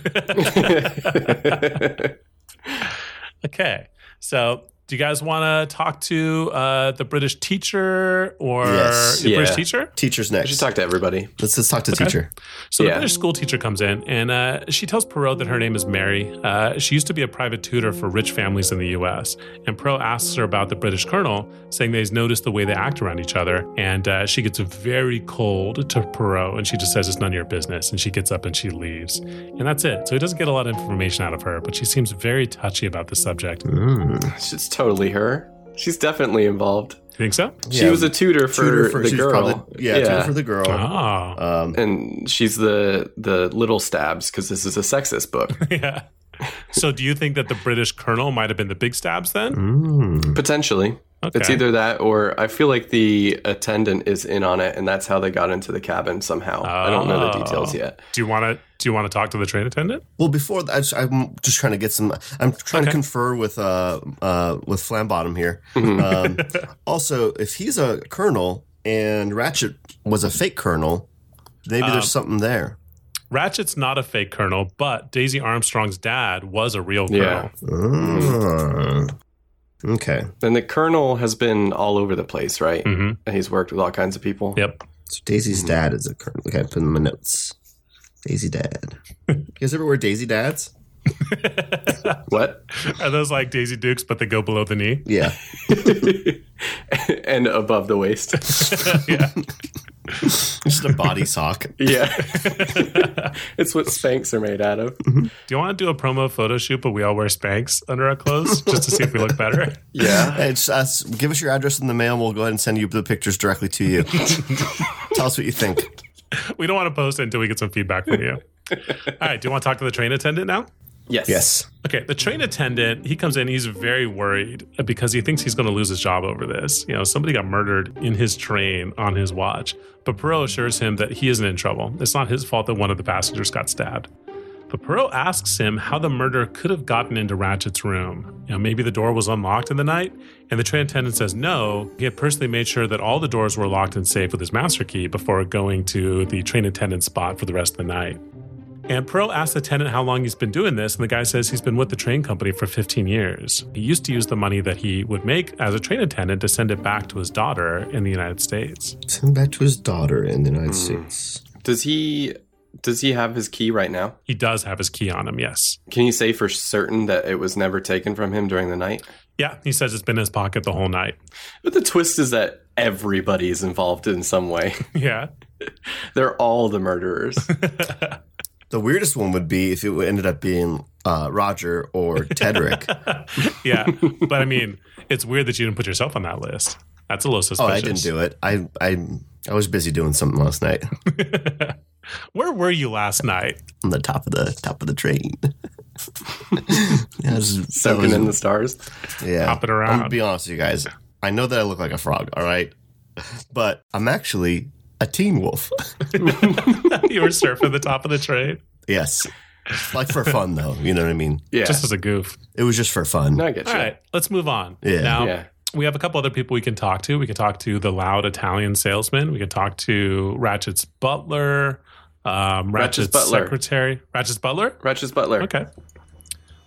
Speaker 2: Okay. So Do you guys want to talk to uh, the British teacher or
Speaker 4: Yes.
Speaker 2: the British
Speaker 5: Yeah.
Speaker 2: teacher?
Speaker 4: Teacher's
Speaker 5: I should
Speaker 4: next.
Speaker 5: talk to everybody.
Speaker 4: Let's just talk to teacher.
Speaker 2: So
Speaker 5: Yeah.
Speaker 2: the British school teacher comes in and uh, she tells Perot that her name is Mary. Uh, she used to be a private tutor for rich families in the U.S. And Perot asks her about the British colonel, saying that he's noticed the way they act around each other. And uh, she gets very cold to Perot and she just says, It's none of your business. And she gets up and she leaves. And that's it. So he doesn't get a lot of information out of her, but she seems very touchy about the subject. You
Speaker 4: Mm.
Speaker 5: It's totally her. She's definitely involved.
Speaker 2: think so?
Speaker 5: She
Speaker 4: Yeah.
Speaker 5: was a tutor for the
Speaker 4: she was
Speaker 5: girl.
Speaker 4: probably- yeah, tutor for the girl.
Speaker 2: Oh.
Speaker 4: Um,
Speaker 5: and she's the the little stabs because this is a sexist book
Speaker 2: yeah. So do you think that the British colonel might have been the big stabs then?
Speaker 4: mm.
Speaker 5: potentially.
Speaker 2: Okay.
Speaker 5: It's either that or I feel like the attendant is in on it, and that's how they got into the cabin somehow. I don't know the
Speaker 2: Oh.
Speaker 5: details yet.
Speaker 2: Do you want to do you want to talk to the train attendant?
Speaker 4: Well, before that, I just- I'm just trying to get some. I'm trying to confer with uh, uh, with Flambottom here. Um, also, if he's a colonel and Ratchet was a fake colonel, maybe
Speaker 2: Um,
Speaker 4: there's something there.
Speaker 2: Ratchet's not a fake colonel, but Daisy Armstrong's dad was a real
Speaker 5: Yeah.
Speaker 2: colonel.
Speaker 4: Mm. Okay,
Speaker 5: Then the colonel has been all over the place, right?
Speaker 2: hmm
Speaker 5: And he's worked with all kinds of people.
Speaker 2: Yep.
Speaker 4: so Daisy's dad is a colonel. Okay, I put in my notes. Daisy dad. you guys ever wear Daisy dads?
Speaker 5: What? <laughs>
Speaker 2: Are those like Daisy Dukes, but they go below the knee?
Speaker 4: Yeah.
Speaker 5: and above the waist.
Speaker 2: yeah.
Speaker 4: <laughs> Just a body sock.
Speaker 5: yeah. <laughs> it's what Spanx are made out of.
Speaker 2: Do you want to do a promo photo shoot, but we all wear Spanx under our clothes just to see if we look better?
Speaker 5: Yeah.
Speaker 4: It's us. uh, Give us your address in the mail. and We'll go ahead and send you the pictures directly to you. Tell us what you think.
Speaker 2: We don't want to post it until we get some feedback from you. all right. Do you want to talk to the train attendant now?
Speaker 5: Yes.
Speaker 4: Yes.
Speaker 2: Okay, the train attendant, he comes in, he's very worried because he thinks he's going to lose his job over this. You know, somebody got murdered in his train on his watch. But Perot assures him that he isn't in trouble. It's not his fault that one of the passengers got stabbed. But Perot asks him how the murderer could have gotten into Ratchet's room. You know, maybe the door was unlocked in the night, and the train attendant says no. He had personally made sure that all the doors were locked and safe with his master key before going to the train attendant spot for the rest of the night. And Pro asks the tenant how long he's been doing this, and the guy says he's been with the train company for 15 years. He used to use the money that he would make as a train attendant to send it back to his daughter in the United States.
Speaker 4: Send back to his daughter in the United States.
Speaker 5: Does he does he have his key right now?
Speaker 2: He does have his key on him, yes.
Speaker 5: Can you say for certain that it was never taken from him during the night?
Speaker 2: Yeah, he says it's been in his pocket the whole night. <laughs>
Speaker 5: But the twist is that everybody is involved in some way.
Speaker 2: Yeah.
Speaker 5: They're all
Speaker 2: <laughs>
Speaker 5: the murderers.
Speaker 4: The weirdest one would be if it ended up being uh, Roger or <laughs> Tedrick.
Speaker 2: Yeah. but I mean, it's weird that you didn't put yourself on that list. That's a little
Speaker 4: oh,
Speaker 2: suspicious.
Speaker 4: I didn't do it. I I I was busy doing something last night <laughs>
Speaker 2: Where were you last night?
Speaker 4: on the top of the top of the train. <laughs> yeah, I was- I
Speaker 5: soaking
Speaker 4: was-
Speaker 5: in the stars.
Speaker 4: yeah.
Speaker 2: hopping
Speaker 4: I'm
Speaker 2: around.
Speaker 4: gonna Oh, be honest with you guys. I know that I look like a frog. All right, but I'm actually a teen wolf.
Speaker 2: <laughs>
Speaker 4: <laughs>
Speaker 2: you were surfing the top of the train.
Speaker 4: yes, like for fun though. You know what I mean?
Speaker 5: Yeah.
Speaker 2: Just as a goof.
Speaker 4: It was just for fun.
Speaker 5: no, I get you.
Speaker 2: All right, let's move on.
Speaker 4: Yeah.
Speaker 2: Now,
Speaker 5: Yeah.
Speaker 2: we have a couple other people we can talk to. We can talk to the loud Italian salesman. We can talk to Ratchet's butler, um, Ratchet's,
Speaker 5: Ratchet's butler.
Speaker 2: secretary. Ratchet's butler?
Speaker 5: Ratchet's butler.
Speaker 2: Okay.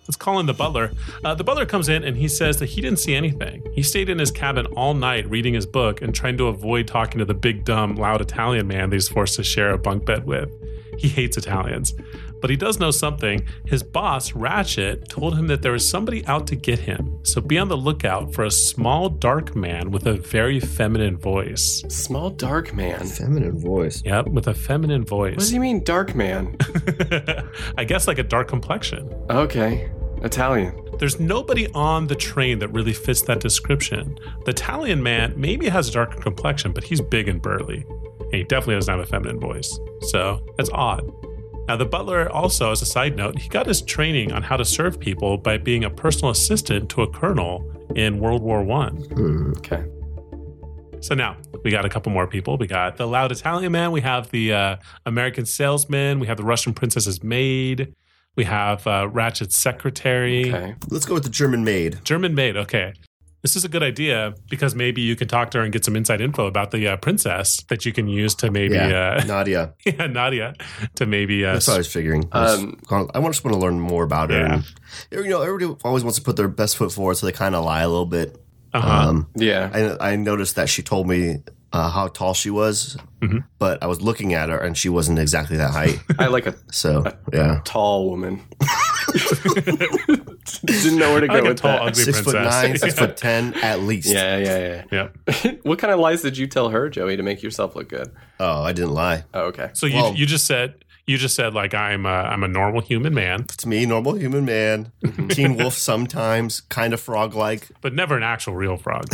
Speaker 2: Let's call in the butler. Uh, the butler comes in and he says that he didn't see anything. He stayed in his cabin all night reading his book and trying to avoid talking to the big, dumb, loud Italian man that he's forced to share a bunk bed with. He hates Italians. But he does know something. His boss, Ratchet, told him that there is somebody out to get him. So be on the lookout for a small, dark man with a very feminine voice.
Speaker 5: Small dark man.
Speaker 4: Feminine voice.
Speaker 2: Yep, with a feminine voice.
Speaker 5: What does he mean, dark man?
Speaker 2: <laughs> I guess like a dark complexion.
Speaker 5: okay. Italian.
Speaker 2: There's nobody on the train that really fits that description. The Italian man maybe has a darker complexion, but he's big and burly. And he definitely doesn't have a feminine voice. So that's odd. Now, the butler also, as a side note, he got his training on how to serve people by being a personal assistant to a colonel in World War One.
Speaker 5: Okay.
Speaker 2: So now we got a couple more people. We got the loud Italian man. We have the uh, American salesman. We have the Russian princess's maid. We have uh, Ratchet's secretary.
Speaker 5: Okay.
Speaker 4: Let's go with the German maid.
Speaker 2: German maid. Okay. this is a good idea because maybe you can talk to her and get some inside info about the uh, princess that you can use to maybe
Speaker 4: yeah,
Speaker 2: uh, <laughs>
Speaker 4: Nadia.
Speaker 2: yeah, Nadia to maybe uh,
Speaker 4: That's what I was figuring.
Speaker 5: Um,
Speaker 4: I want- just want to learn more about her.
Speaker 2: Yeah.
Speaker 4: And, you know, everybody always wants to put their best foot forward, so they kind of lie a little bit.
Speaker 2: uh-huh.
Speaker 4: Um,
Speaker 5: Yeah.
Speaker 4: I, I noticed that she told me uh, how tall she was,
Speaker 2: Mhm.
Speaker 4: but I was looking at her and she wasn't exactly that
Speaker 2: <laughs>
Speaker 4: height.
Speaker 5: I like a
Speaker 4: So yeah,
Speaker 5: tall <laughs> woman. Didn't know where to
Speaker 2: I
Speaker 5: go
Speaker 2: like a
Speaker 5: with
Speaker 2: tall,
Speaker 5: that.
Speaker 2: ugly
Speaker 4: six foot
Speaker 2: princess.
Speaker 4: nine, six
Speaker 2: Yeah.
Speaker 4: foot ten at least.
Speaker 5: Yeah, yeah,
Speaker 2: <laughs> Yeah.
Speaker 5: yeah. what kind of lies did you tell her, Joey, to make yourself look good?
Speaker 4: Oh, I didn't lie.
Speaker 5: Oh, okay.
Speaker 2: So you
Speaker 4: Well-
Speaker 2: you just said you just said like I'm a, I'm a normal human man,
Speaker 4: It's me, normal human man,
Speaker 2: Mm-hmm.
Speaker 4: Teen Wolf sometimes, kind of frog like.
Speaker 2: but never an actual real frog.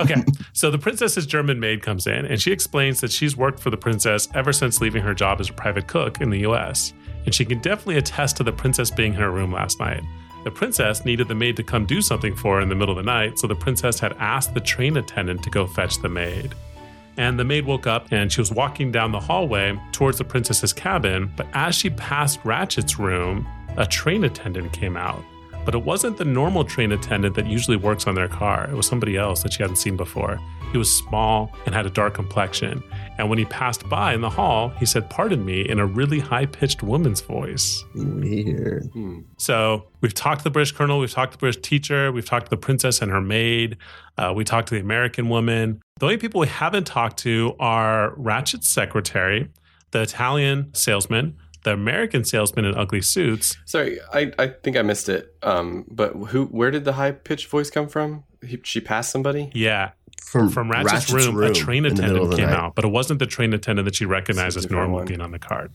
Speaker 2: okay. So the princess's German maid comes in and she explains that she's worked for the princess ever since leaving her job as a private cook in the US. And she can definitely attest to the princess being in her room last night. The princess needed the maid to come do something for her in the middle of the night, so the princess had asked the train attendant to go fetch the maid. And the maid woke up and she was walking down the hallway towards the princess's cabin. But as she passed Ratchet's room, a train attendant came out. But it wasn't the normal train attendant that usually works on their car. It was somebody else that she hadn't seen before. He was small and had a dark complexion. And when he passed by in the hall, he said, Pardon me, in a really high pitched woman's voice.
Speaker 4: Weird.
Speaker 2: So we've talked to the British colonel, we've talked to the British teacher, we've talked to the princess and her maid, uh, we talked to the American woman. The only people we haven't talked to are Ratchet's secretary, the Italian salesman, the American salesman in ugly suits.
Speaker 5: Sorry, I, I think I missed it. Um, but who? Where did the high pitched voice come from? He, she passed somebody.
Speaker 2: Yeah, from Ratchet's, room, a train
Speaker 4: in the middle
Speaker 2: attendant
Speaker 4: of the
Speaker 2: came
Speaker 4: night.
Speaker 2: out, but it wasn't the train attendant that she recognized
Speaker 5: It's a
Speaker 2: as
Speaker 5: different
Speaker 2: normal
Speaker 5: one.
Speaker 2: being on the card.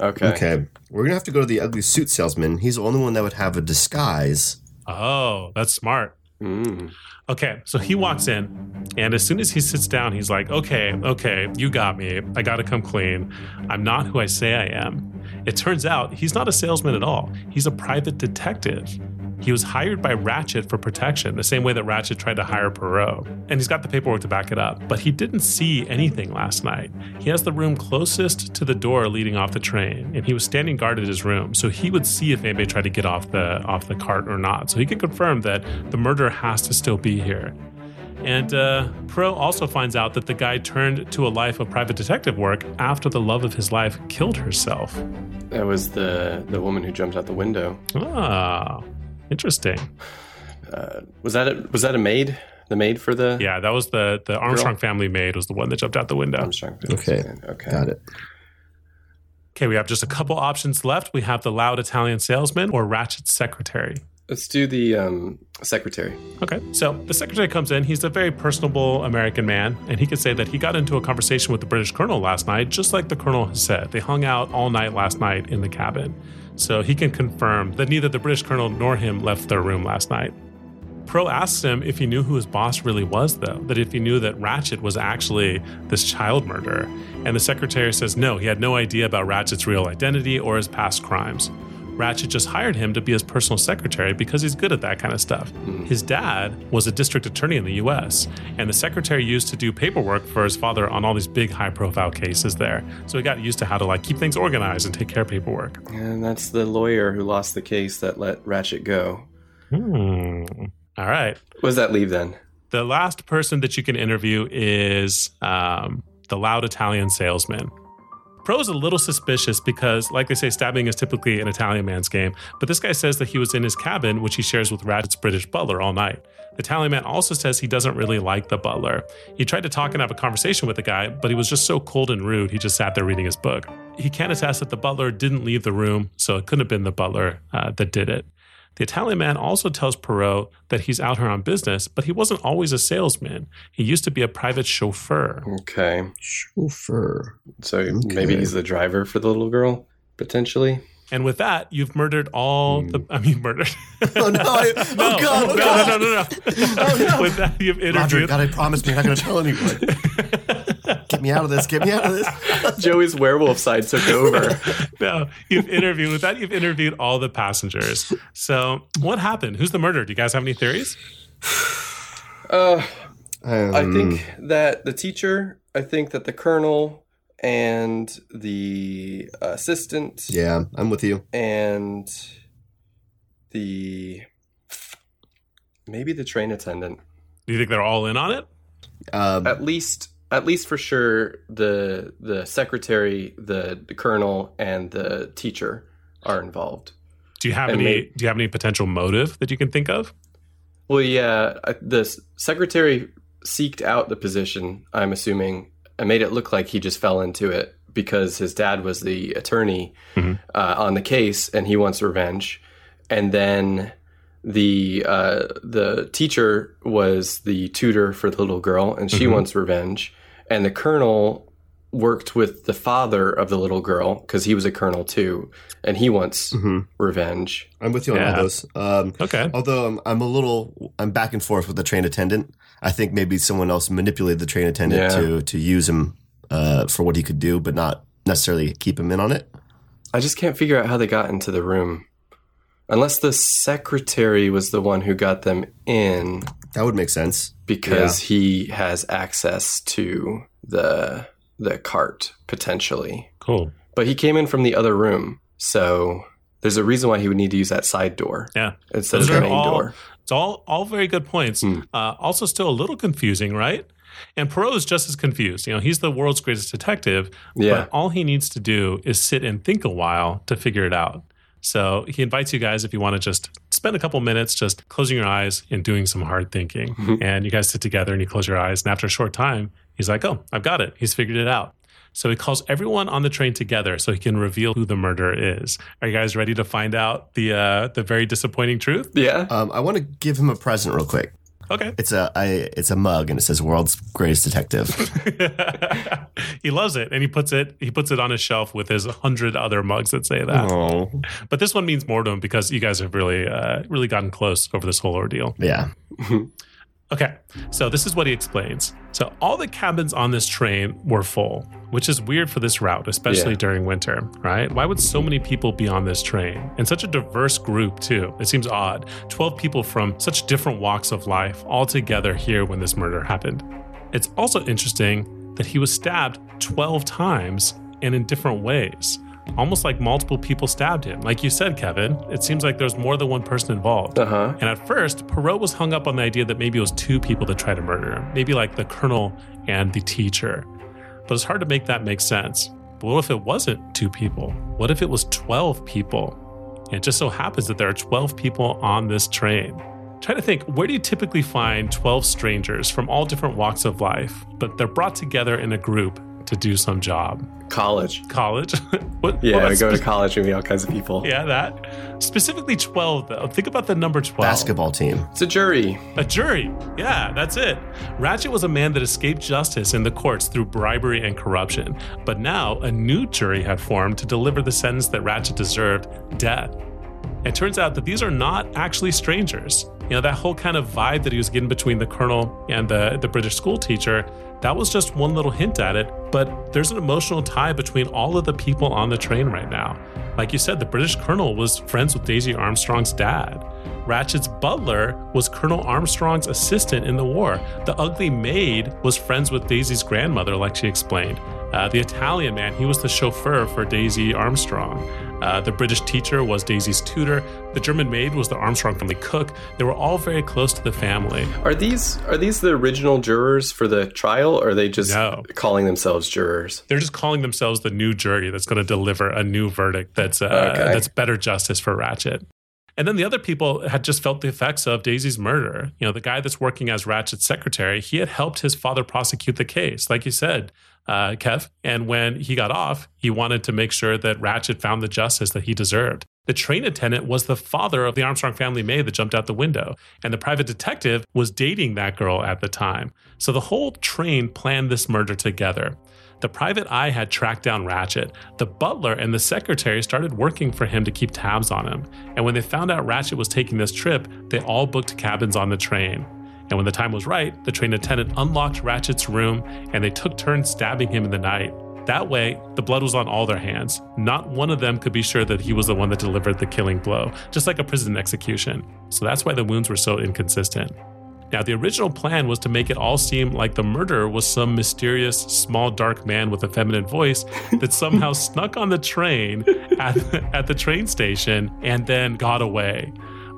Speaker 5: Okay.
Speaker 4: Okay, we're gonna have to go to the ugly suit salesman. He's the only one that would have a disguise.
Speaker 2: Oh, that's smart.
Speaker 5: Mm.
Speaker 2: Okay, so he walks in, and as soon as he sits down, he's like, Okay, okay, you got me. I gotta come clean. I'm not who I say I am. It turns out he's not a salesman at all, he's a private detective. He was hired by Ratchet for protection, the same way that Ratchet tried to hire Perot. And he's got the paperwork to back it up, but he didn't see anything last night. He has the room closest to the door leading off the train, and he was standing guard at his room, so he would see if anybody tried to get off the off the cart or not. So he could confirm that the murderer has to still be here. And uh, Pro also finds out that the guy turned to a life of private detective work after the love of his life killed herself.
Speaker 5: That was the the woman who jumped out the window.
Speaker 2: Ah, interesting.
Speaker 5: Uh, was that a, was that a maid? The maid for the
Speaker 2: Yeah, that was the the Armstrong family maid was the one that jumped out the window.
Speaker 5: Armstrong.
Speaker 4: Okay.
Speaker 5: Okay.
Speaker 4: Got it.
Speaker 2: Okay, we have just a couple options left. We have the loud Italian salesman or Ratchet's secretary.
Speaker 5: Let's do the um, secretary.
Speaker 2: Okay. So the secretary comes in. He's a very personable American man, and he can say that he got into a conversation with the British colonel last night, just like the colonel has said. They hung out all night last night in the cabin. So he can confirm that neither the British colonel nor him left their room last night. Pro asks him if he knew who his boss really was, though, that if he knew that Ratchet was actually this child murderer. And the secretary says no, he had no idea about Ratchet's real identity or his past crimes. Ratchet just hired him to be his personal secretary because he's good at that kind of stuff. His dad was a district attorney in the US, and the secretary used to do paperwork for his father on all these big high profile cases there. So he got used to how to like keep things organized and take care of paperwork.
Speaker 5: And that's the lawyer who lost the case that let Ratchet go.
Speaker 2: Hmm. All right.
Speaker 5: What does that leave then?
Speaker 2: The last person that you can interview is um, the loud Italian salesman. Pro is a little suspicious because, like they say, stabbing is typically an Italian man's game. But this guy says that he was in his cabin, which he shares with Ratchet's British butler all night. The Italian man also says he doesn't really like the butler. He tried to talk and have a conversation with the guy, but he was just so cold and rude, he just sat there reading his book. He can attest that the butler didn't leave the room, so it couldn't have been the butler uh, that did it. The Italian man also tells Perot that he's out here on business, but he wasn't always a salesman. He used to be a private chauffeur.
Speaker 5: Okay.
Speaker 4: Chauffeur.
Speaker 5: So
Speaker 4: Okay.
Speaker 5: maybe he's the driver for the little girl, potentially.
Speaker 2: And with that, you've murdered all the. I mean, murdered.
Speaker 4: Hmm.
Speaker 2: <laughs>
Speaker 4: Oh no! I, oh
Speaker 2: no,
Speaker 4: god!
Speaker 2: no,
Speaker 4: Oh, god.
Speaker 2: no,
Speaker 4: Oh,
Speaker 2: no, no, no. <laughs> With that, you've
Speaker 4: Roger,
Speaker 2: interviewed.
Speaker 4: God, I promise me you're not going to tell anyone. get me out of this. Get me out of this.
Speaker 5: Joey's werewolf side <laughs> took over.
Speaker 2: No, you've interviewed. With that, you've interviewed all the passengers. So, what happened? Who's the murderer? Do you guys have any theories?
Speaker 5: Uh,
Speaker 4: Um,
Speaker 5: I think that the teacher, I think that the colonel and the assistant
Speaker 4: Yeah, I'm with you.
Speaker 5: and the Maybe the train attendant.
Speaker 2: Do you think they're all in on it?
Speaker 4: Um,
Speaker 5: At least, at least for sure, the the secretary, the, the colonel, and the teacher are involved.
Speaker 2: Do you have
Speaker 5: And
Speaker 2: any?
Speaker 5: they-
Speaker 2: do you have any potential motive that you can think of?
Speaker 5: Well, yeah, I- the s- secretary seeked out the position, I'm assuming, and made it look like he just fell into it because his dad was the attorney
Speaker 2: Mhm.
Speaker 5: uh, on the case and he wants revenge. And then the uh, the teacher was the tutor for the little girl and she
Speaker 2: Mhm.
Speaker 5: wants revenge. And the colonel worked with the father of the little girl because he was a colonel too and he wants
Speaker 4: mhm.
Speaker 5: revenge.
Speaker 4: I'm with you on
Speaker 2: Yeah.
Speaker 4: all those. Um,
Speaker 2: Okay.
Speaker 4: although I'm, I'm a little, I'm back and forth with the train attendant. I think maybe someone else manipulated the train attendant
Speaker 5: Yeah.
Speaker 4: to to use him uh, for what he could do, but not necessarily keep him in on it.
Speaker 5: I just can't figure out how they got into the room. Unless the secretary was the one who got them in
Speaker 4: That would make sense.
Speaker 5: because he has access to the the cart potentially.
Speaker 2: Cool.
Speaker 5: But he came in from the other room, so there's a reason why he would need to use that side door
Speaker 2: Yeah.
Speaker 5: instead
Speaker 2: Those
Speaker 5: of the
Speaker 2: are
Speaker 5: main
Speaker 2: all-
Speaker 5: door.
Speaker 2: It's all all very good points.
Speaker 5: Hmm.
Speaker 2: Uh, also, still a little confusing, right? And Perot is just as confused. You know, he's the world's greatest detective,
Speaker 5: Yeah.
Speaker 2: but all he needs to do is sit and think a while to figure it out. So he invites you guys if you want to just spend a couple minutes just closing your eyes and doing some hard
Speaker 5: <laughs>
Speaker 2: thinking.
Speaker 5: Mhm.
Speaker 2: And you guys sit together and you close your eyes. And after a short time, he's like, "Oh, I've got it. He's figured it out." So he calls everyone on the train together so he can reveal who the murderer is. Are you guys ready to find out the uh, the very disappointing truth?
Speaker 5: Yeah.
Speaker 4: Um, I want to give him a present real quick.
Speaker 2: Okay.
Speaker 4: It's a I, it's a mug and it says "World's Greatest Detective."
Speaker 2: <laughs> he loves it and he puts it he puts it on his shelf with his hundred other mugs that say that.
Speaker 4: <laughs> oh,
Speaker 2: But this one means more to him because you guys have really uh, really gotten close over this whole ordeal.
Speaker 4: yeah.
Speaker 2: Okay, so this is what he explains. So all the cabins on this train were full, which is weird for this route, especially
Speaker 5: Yeah.
Speaker 2: during winter, right? Why would so many people be on this train? And such a diverse group, too. It seems odd. 12 people from such different walks of life all together here when this murder happened. It's also interesting that he was stabbed 12 times and in different ways. Almost like multiple people stabbed him. Like you said, Kevin, it seems like there's more than one person involved.
Speaker 5: Uh huh.
Speaker 2: And at first, Perot was hung up on the idea that maybe it was two people that tried to murder him, maybe like the colonel and the teacher. But it's hard to make that make sense. But what if it wasn't two people? What if it was 12 people? And it just so happens that there are 12 people on this train. Try to think where do you typically find 12 strangers from all different walks of life, but they're brought together in a group to do some job?
Speaker 5: College.
Speaker 2: Uh, College? <laughs> what,
Speaker 5: Yeah,
Speaker 2: what
Speaker 5: I
Speaker 2: about
Speaker 5: go
Speaker 2: <laughs>
Speaker 5: to
Speaker 2: spec-
Speaker 5: college and meet all kinds of people.
Speaker 2: Yeah, that. Specifically 12, though. Think about the number 12.
Speaker 4: Basketball team.
Speaker 5: It's a jury.
Speaker 2: A jury. Yeah, that's it. Ratchet was a man that escaped justice in the courts through bribery and corruption. But now a new jury had formed to deliver the sentence that Ratchet deserved death. It turns out that these are not actually strangers. You know, that whole kind of vibe that he was getting between the colonel and the, the British school teacher, that was just one little hint at it. But there's an emotional tie between all of the people on the train right now. Like you said, the British colonel was friends with Daisy Armstrong's dad. Ratchet's butler was Colonel Armstrong's assistant in the war. The ugly maid was friends with Daisy's grandmother, like she explained. Uh, the Italian man, he was the chauffeur for Daisy Armstrong. Uh, the British teacher was Daisy's tutor. The German maid was the Armstrong family cook. They were all very close to the family.
Speaker 5: Are these are these the original jurors for the trial or are they just
Speaker 2: No.
Speaker 5: calling themselves jurors?
Speaker 2: They're just calling themselves the new jury that's going to deliver a new verdict that's uh,
Speaker 5: Okay.
Speaker 2: that's better justice for Ratchet. And then the other people had just felt the effects of Daisy's murder. You know, the guy that's working as Ratchet's secretary, he had helped his father prosecute the case, like you said, uh, Kev. And when he got off, he wanted to make sure that Ratchet found the justice that he deserved. The train attendant was the father of the Armstrong family maid that jumped out the window. And the private detective was dating that girl at the time. So the whole train planned this murder together. The private eye had tracked down Ratchet. The butler and the secretary started working for him to keep tabs on him. And when they found out Ratchet was taking this trip, they all booked cabins on the train. And when the time was right, the train attendant unlocked Ratchet's room and they took turns stabbing him in the night. That way, the blood was on all their hands. Not one of them could be sure that he was the one that delivered the killing blow, just like a prison execution. So that's why the wounds were so inconsistent. Now, the original plan was to make it all seem like the murderer was some mysterious, small, dark man with a feminine voice that somehow snuck on the train at the, at the train station and then got away.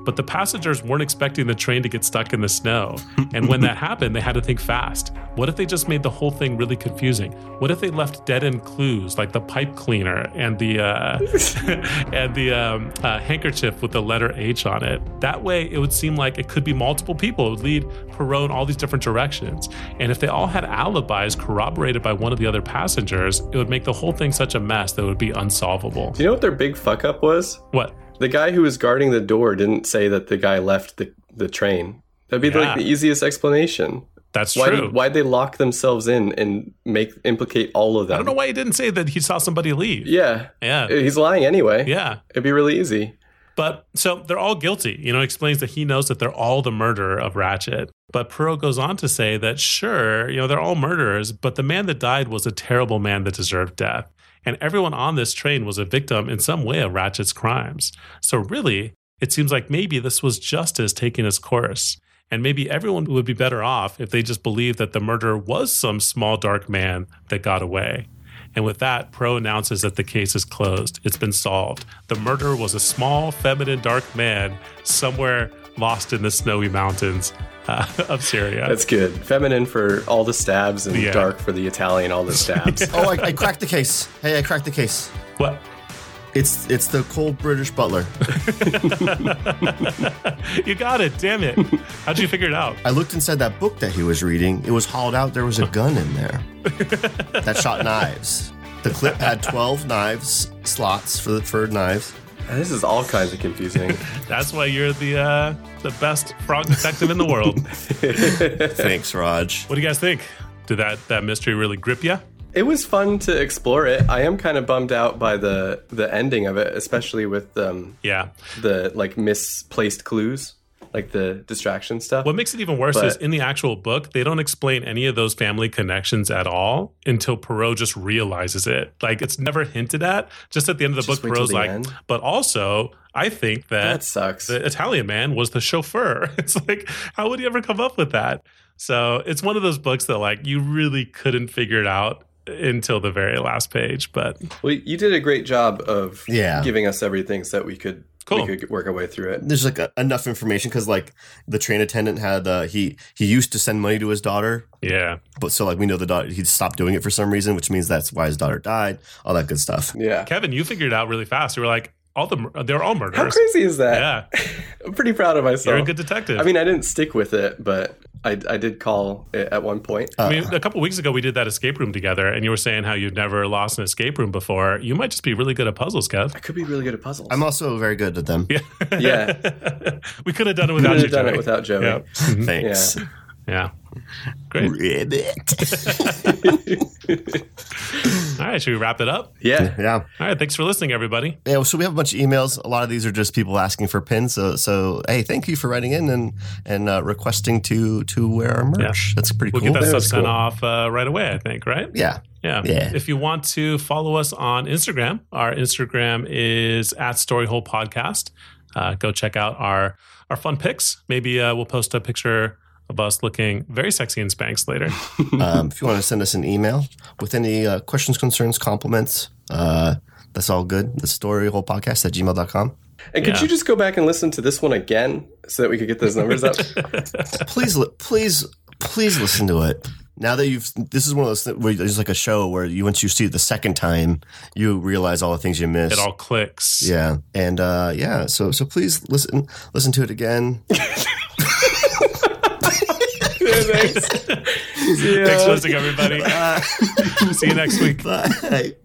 Speaker 2: But the passengers weren't expecting the train to get stuck in the snow. And when that happened, they had to think fast. What if they just made the whole thing really confusing? What if they left dead end clues like the pipe cleaner and the uh, <laughs> and the um, uh, handkerchief with the letter H on it? That way, it would seem like it could be multiple people. It would lead Perot in all these different directions. And if they all had alibis corroborated by one of the other passengers, it would make the whole thing such a mess that it would be unsolvable.
Speaker 5: Do you know what their big fuck up was?
Speaker 2: What?
Speaker 5: The guy who was guarding the door didn't say that the guy left the, the train. That'd be like the
Speaker 2: Yeah.
Speaker 5: easiest explanation.
Speaker 2: That's
Speaker 5: Why
Speaker 2: true.
Speaker 5: did, why'd they lock themselves in and make implicate all of them?
Speaker 2: I don't know why he didn't say that he saw somebody leave.
Speaker 5: Yeah. Uh,
Speaker 2: Yeah.
Speaker 5: He's lying anyway.
Speaker 2: Yeah.
Speaker 5: It'd be really easy.
Speaker 2: But so they're all guilty. You know, it explains that he knows that they're all the murderer of Ratchet. But Perot goes on to say that sure, you know, they're all murderers, but the man that died was a terrible man that deserved death. And everyone on this train was a victim in some way of Ratchet's crimes. So really, it seems like maybe this was justice taking its course. And maybe everyone would be better off if they just believed that the murderer was some small dark man that got away. And with that, Pro announces that the case is closed. It's been solved. The murderer was a small, feminine, dark man somewhere lost in the snowy mountains uh, <laughs> of Syria.
Speaker 5: That's good. Feminine for all the stabs and
Speaker 2: Yeah.
Speaker 5: dark for the Italian, all
Speaker 2: <laughs>
Speaker 5: the stabs.
Speaker 4: Oh, I, I cracked the case. Hey, I cracked the case.
Speaker 2: what?
Speaker 4: It's it's the cold British butler.
Speaker 2: You got it. Damn it. How'd you figure it out?
Speaker 4: I looked inside that book that he was reading. It was hauled out. There was a gun in <laughs> there that shot knives. The clip had 12 knives slots for the for knives.
Speaker 5: This is all kinds of confusing.
Speaker 2: That's why you're the uh, the best frog detective in the world.
Speaker 4: Thanks, Raj.
Speaker 2: What do you guys think? Did that, that mystery really grip you?
Speaker 5: It was fun to explore it. I am kind of bummed out by the the ending of it, especially with um,
Speaker 2: Yeah.
Speaker 5: the like misplaced clues, like the distraction stuff.
Speaker 2: What makes it even worse
Speaker 5: But-
Speaker 2: is in the actual book, they don't explain any of those family connections at all until Perot just realizes it. Like it's never hinted at. Just at the end of the
Speaker 5: Just
Speaker 2: book,
Speaker 5: wait till
Speaker 2: Perot's
Speaker 5: the
Speaker 2: like,
Speaker 5: end.
Speaker 2: but also, I think that,
Speaker 5: that sucks.
Speaker 2: the Italian man was the chauffeur. <laughs> It's like, how would he ever come up with that? So it's one of those books that, like, you really couldn't figure it out until the very last page. But
Speaker 5: Well, you did a great job of
Speaker 4: Yeah.
Speaker 5: giving us everything so that we could
Speaker 2: Cool.
Speaker 5: we could work our way through it.
Speaker 4: There's like a, enough information because like the train attendant had uh, he he used to send money to his daughter,
Speaker 2: yeah,
Speaker 4: but so like we know the daughter he stopped doing it for some reason, which means that's why his daughter died. All that good stuff.
Speaker 5: Yeah.
Speaker 2: Kevin, you figured it out really fast. You were like, all the mur- they're all
Speaker 5: How
Speaker 2: murderers.
Speaker 5: crazy is that?
Speaker 2: Yeah,
Speaker 5: I'm pretty proud of myself.
Speaker 2: you're a good detective.
Speaker 5: I mean, I didn't stick with it, but I, I did call it at one point.
Speaker 4: Uh,
Speaker 2: I mean, a couple weeks ago we did that escape room together, and you were saying how you'd never lost an escape room before. You might just be really good at puzzles, Kev.
Speaker 5: I could be really good at puzzles.
Speaker 4: I'm also very good at them.
Speaker 2: Yeah, <laughs>
Speaker 5: yeah,
Speaker 2: we could have done it
Speaker 5: I
Speaker 2: without
Speaker 5: could
Speaker 2: you.
Speaker 5: have done
Speaker 2: Joey.
Speaker 5: it without Joey.
Speaker 2: Yeah,
Speaker 4: Thanks.
Speaker 2: yeah, great. <laughs>
Speaker 4: Ribbit.
Speaker 2: All right, should we wrap it up?
Speaker 4: <laughs>
Speaker 5: Yeah.
Speaker 4: yeah.
Speaker 2: All right, thanks for listening, everybody.
Speaker 4: Yeah, well, so we have a bunch of emails. A lot of these are just people asking for pins. So, so hey, thank you for writing in and and uh, requesting to to wear our merch. That's pretty
Speaker 2: We'll
Speaker 4: cool.
Speaker 2: get that
Speaker 5: That
Speaker 2: stuff
Speaker 5: was
Speaker 2: sent
Speaker 5: cool.
Speaker 2: off uh, right away, I think, right?
Speaker 4: yeah,
Speaker 2: Yeah.
Speaker 4: Yeah.
Speaker 2: If you want to follow us on Instagram, our Instagram is at Storyhole Podcast. Uh, go check out our our fun pics. Maybe uh, we'll post a picture of us looking very sexy in Spanx later.
Speaker 4: um, if you want to send us an email with any uh, questions, concerns, compliments, uh, that's all good. The storyholepodcast at gmail.com.
Speaker 5: And could
Speaker 2: Yeah.
Speaker 5: you just go back and listen to this one again so that we could get those
Speaker 2: <laughs>
Speaker 5: numbers up?
Speaker 4: Please, li- please, please listen to it. Now that you've, this is one of those th- where there's like a show where you once you see it the second time, you realize all the things you missed.
Speaker 2: It all clicks.
Speaker 4: yeah, and uh, yeah, so so please listen listen to it again.
Speaker 2: Thanks for listening, everybody. See you next week.
Speaker 4: Bye.